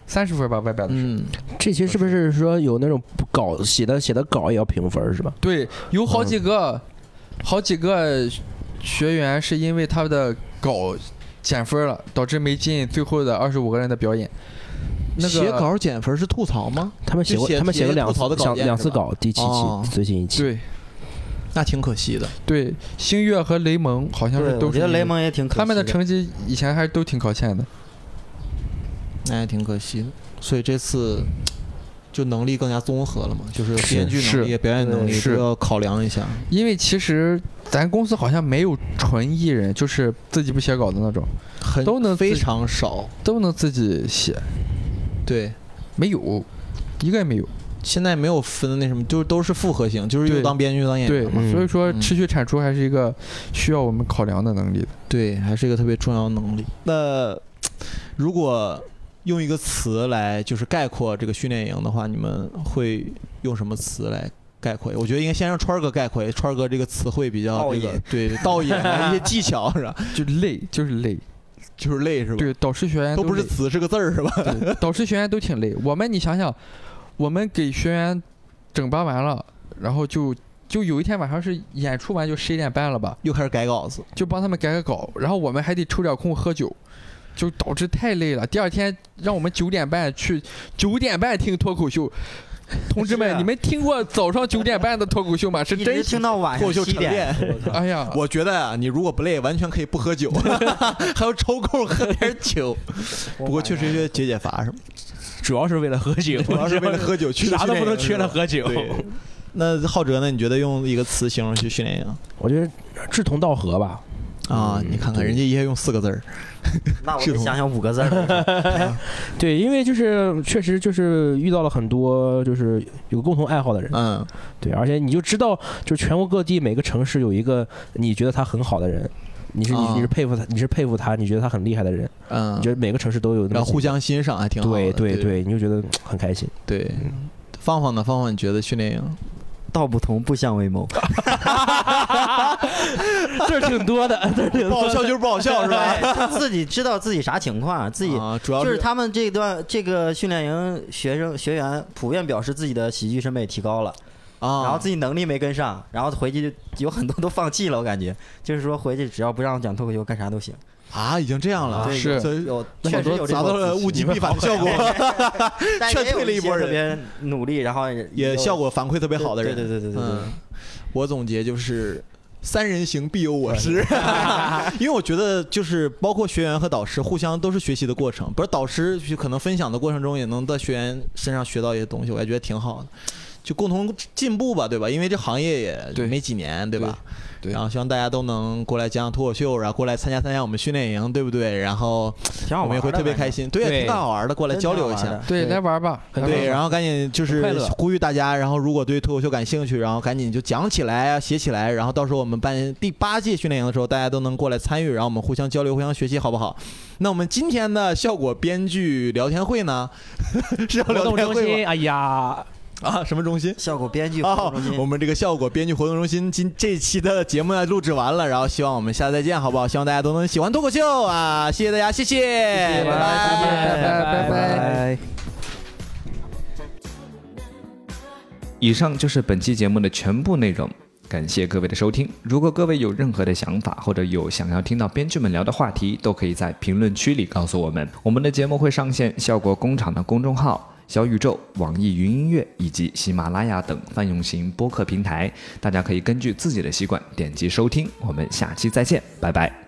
Speaker 4: 三十分吧，外边的是。
Speaker 2: 嗯，
Speaker 3: 这期是不是说有那种稿写的写的稿也要评分是吧？
Speaker 4: 对，有好几个，好几个学员是因为他的稿减分了，导致没进最后的二十五个人的表演。那个
Speaker 2: 写稿减分是吐槽吗？
Speaker 3: 他们写过
Speaker 2: 就写
Speaker 3: 他们写
Speaker 2: 写
Speaker 3: 过两
Speaker 2: 吐槽
Speaker 3: 次
Speaker 2: 的稿
Speaker 3: 两
Speaker 2: 件
Speaker 3: 两次
Speaker 2: 是吧
Speaker 3: 稿，第七
Speaker 2: 哦
Speaker 3: 期最新一期。
Speaker 4: 对
Speaker 2: 那挺可惜的。
Speaker 4: 对，星月和雷蒙好像
Speaker 6: 对，
Speaker 4: 是都
Speaker 6: 我
Speaker 4: 是
Speaker 6: 觉得
Speaker 4: 因为
Speaker 6: 雷蒙也挺可惜
Speaker 4: 他们的成绩以前还都挺靠前的。
Speaker 2: 那也挺可惜的。所以这次就能力更加综合了嘛，就是
Speaker 4: 是
Speaker 2: 编剧能力、表演能力
Speaker 4: 是
Speaker 2: 都要考量一下。
Speaker 4: 因为其实咱公司好像没有纯艺人，就是自己不写稿的那种，
Speaker 2: 很
Speaker 4: 都能自
Speaker 2: 非常少。
Speaker 4: 都能自己写，
Speaker 2: 对，
Speaker 4: 没有一个也没有。
Speaker 2: 现在没有分那什么，就是都是复合型，就是
Speaker 4: 对
Speaker 2: 又当编剧又当演
Speaker 4: 对
Speaker 2: 员。，
Speaker 3: 嗯
Speaker 4: 所以说
Speaker 2: 嗯
Speaker 4: 持续产出还是一个需要我们考量的能力的。
Speaker 2: 对，还是一个特别重要的能力。那如果用一个词来就是概括这个训练营的话，你们会用什么词来？概括，我觉得应该先让川儿哥概括。川儿哥这个词汇比较
Speaker 6: 道
Speaker 2: 这个
Speaker 6: 也，
Speaker 2: 对道演啊一些技巧是吧？
Speaker 4: 就累，就是累。
Speaker 2: 就是累是吧？
Speaker 4: 对，导师学员
Speaker 2: 都不是
Speaker 4: 累
Speaker 2: 词，是个字儿是吧？
Speaker 4: 对导师学员都挺累。我们你想想，我们给学员整班完了，然后就就有一天晚上是演出完就十一点半了吧，
Speaker 2: 又开始改稿子，
Speaker 4: 就帮他们改改稿，然后我们还得抽点空喝酒，就导致太累了。第二天让我们九点半去，九点半听脱口秀。同志们，
Speaker 2: 是啊
Speaker 4: 你们听过早上九点半的脱口秀吗？是
Speaker 6: 一
Speaker 4: 真
Speaker 6: 直听到晚
Speaker 2: 脱
Speaker 6: 上
Speaker 2: 口秀
Speaker 6: 七
Speaker 2: 沉
Speaker 6: 点
Speaker 2: 淀。。
Speaker 4: 哎呀，
Speaker 2: 我觉得啊，你如果不累，完全可以不喝 酒，还要抽空喝点 酒。不过确实是解解乏什么，
Speaker 5: 主要是为了喝酒，
Speaker 2: 主要是为了喝酒，去
Speaker 5: 啥都不能缺了
Speaker 2: 了
Speaker 5: 喝酒。
Speaker 2: 对， 那浩哲呢？你觉得用一个词形容去训练营
Speaker 3: 我觉得志同道合吧，
Speaker 2: 啊？
Speaker 3: 嗯
Speaker 2: 你看看人家一下用四个字儿，
Speaker 6: 那我
Speaker 2: 是
Speaker 6: 得
Speaker 2: 的
Speaker 6: 想想五个字 儿。
Speaker 2: 嗯
Speaker 3: 对，因为就是确实就是遇到了很多就是有共同爱好的人，
Speaker 2: 嗯，
Speaker 3: 对，而且你就知道，就全国各地每个城市有一个你觉得他很好的人，你是你
Speaker 2: 啊
Speaker 3: 你是佩服他，你是佩服他，你觉得他很厉害的人，
Speaker 2: 嗯
Speaker 3: 你觉，得每个城市都有那
Speaker 2: 然
Speaker 3: 么
Speaker 2: 后互相欣赏还挺好的。
Speaker 3: 对对
Speaker 2: 对
Speaker 3: 对，你就觉得嗯很开心。
Speaker 2: 对，芳芳呢？芳芳，你觉得训练营？
Speaker 6: 道不同不 相为谋。
Speaker 3: 这挺多的，这挺
Speaker 2: 不好
Speaker 3: 多
Speaker 2: 笑
Speaker 3: 的。
Speaker 2: 就是不好哦笑，是 吧？
Speaker 6: 对，自己知道自己啥情况，自己
Speaker 2: 啊，主要
Speaker 6: 就是是他们这段这个训练营学生学员普遍表示自己的喜剧审美提高了，
Speaker 2: 啊，
Speaker 6: 然后自己能力没跟上，然后回去就有很多都放弃了，我感觉就是说回去只要不让我讲脱口秀，干啥都行。
Speaker 2: 啊，已经这样了，
Speaker 6: 对
Speaker 4: 是
Speaker 2: 所以
Speaker 6: 有
Speaker 2: 那
Speaker 6: 确
Speaker 2: 么
Speaker 6: 实
Speaker 2: 多
Speaker 6: 有这
Speaker 2: 达到
Speaker 6: 种
Speaker 2: 了 物极必反的效果，
Speaker 6: 但
Speaker 2: 劝
Speaker 6: 也有
Speaker 2: 退了一
Speaker 6: 些
Speaker 2: 波
Speaker 6: 特别努力，然后也
Speaker 2: 也效
Speaker 6: 果
Speaker 2: 果反馈特别好的人。
Speaker 6: 对对对对对对
Speaker 2: 嗯，我总结就是。三人行必有我 师，因为我觉得就是包括学员和导师互相都是学习的过程，不是导师就可能分享的过程中也能在学员身上学到一些东西，我也觉得挺好的，就共同进步吧，对吧？因为这行业也
Speaker 4: 对
Speaker 2: 没几年，对吧？
Speaker 4: 对对
Speaker 2: 然后希望大家都能过来讲讲脱口秀，然后过来参加参加我们训练营，对不对？然后
Speaker 6: 挺好
Speaker 2: 我
Speaker 6: 玩的，
Speaker 2: 们也会特别开心，对，啊
Speaker 3: 对
Speaker 2: 挺好玩的，过来
Speaker 6: 真
Speaker 2: 交流一
Speaker 6: 挺好
Speaker 2: 下
Speaker 6: 玩。的。
Speaker 4: 对，来玩儿吧。来玩儿
Speaker 2: 对，
Speaker 4: 吧
Speaker 2: 然后赶紧就是
Speaker 3: 快乐
Speaker 2: 呼吁大家，然后如果对脱口秀感兴趣，然后赶紧就讲起来啊，写起来，然后到时候我们办第八届训练营的时候，大家都能过来参与，然后我们互相交流、互相学习，好不好？那我们今天的效果编剧聊天会呢， 是要
Speaker 3: 活
Speaker 2: 聊
Speaker 3: 动
Speaker 2: 天
Speaker 3: 中
Speaker 2: 会吗？
Speaker 3: 心，哎呀，
Speaker 2: 啊，什么中 心？
Speaker 6: 效果编剧活
Speaker 2: 哦
Speaker 6: 动中，
Speaker 2: 我
Speaker 6: 心，
Speaker 2: 们这个效果编剧活动中心今这一期的节目呢录制完了，然后希望我们下次再见，好不好？希望大家都能喜欢脱口秀啊！谢谢大家，谢谢，
Speaker 6: 谢
Speaker 2: 哎拜拜。
Speaker 4: 拜拜拜
Speaker 6: 哎
Speaker 4: 拜。
Speaker 1: 以上就是本期节目的全部内容，感谢各位的收听。如果各位有任何的想法，或者有想要听到编剧们聊的话题，都可以在评论区里告诉我们。我们的节目会上线效果工厂的公众号、小宇宙、网易云音乐以及喜马拉雅等泛用型播客平台，大家可以根据自己的习惯点击收听。我们下期再见，拜拜。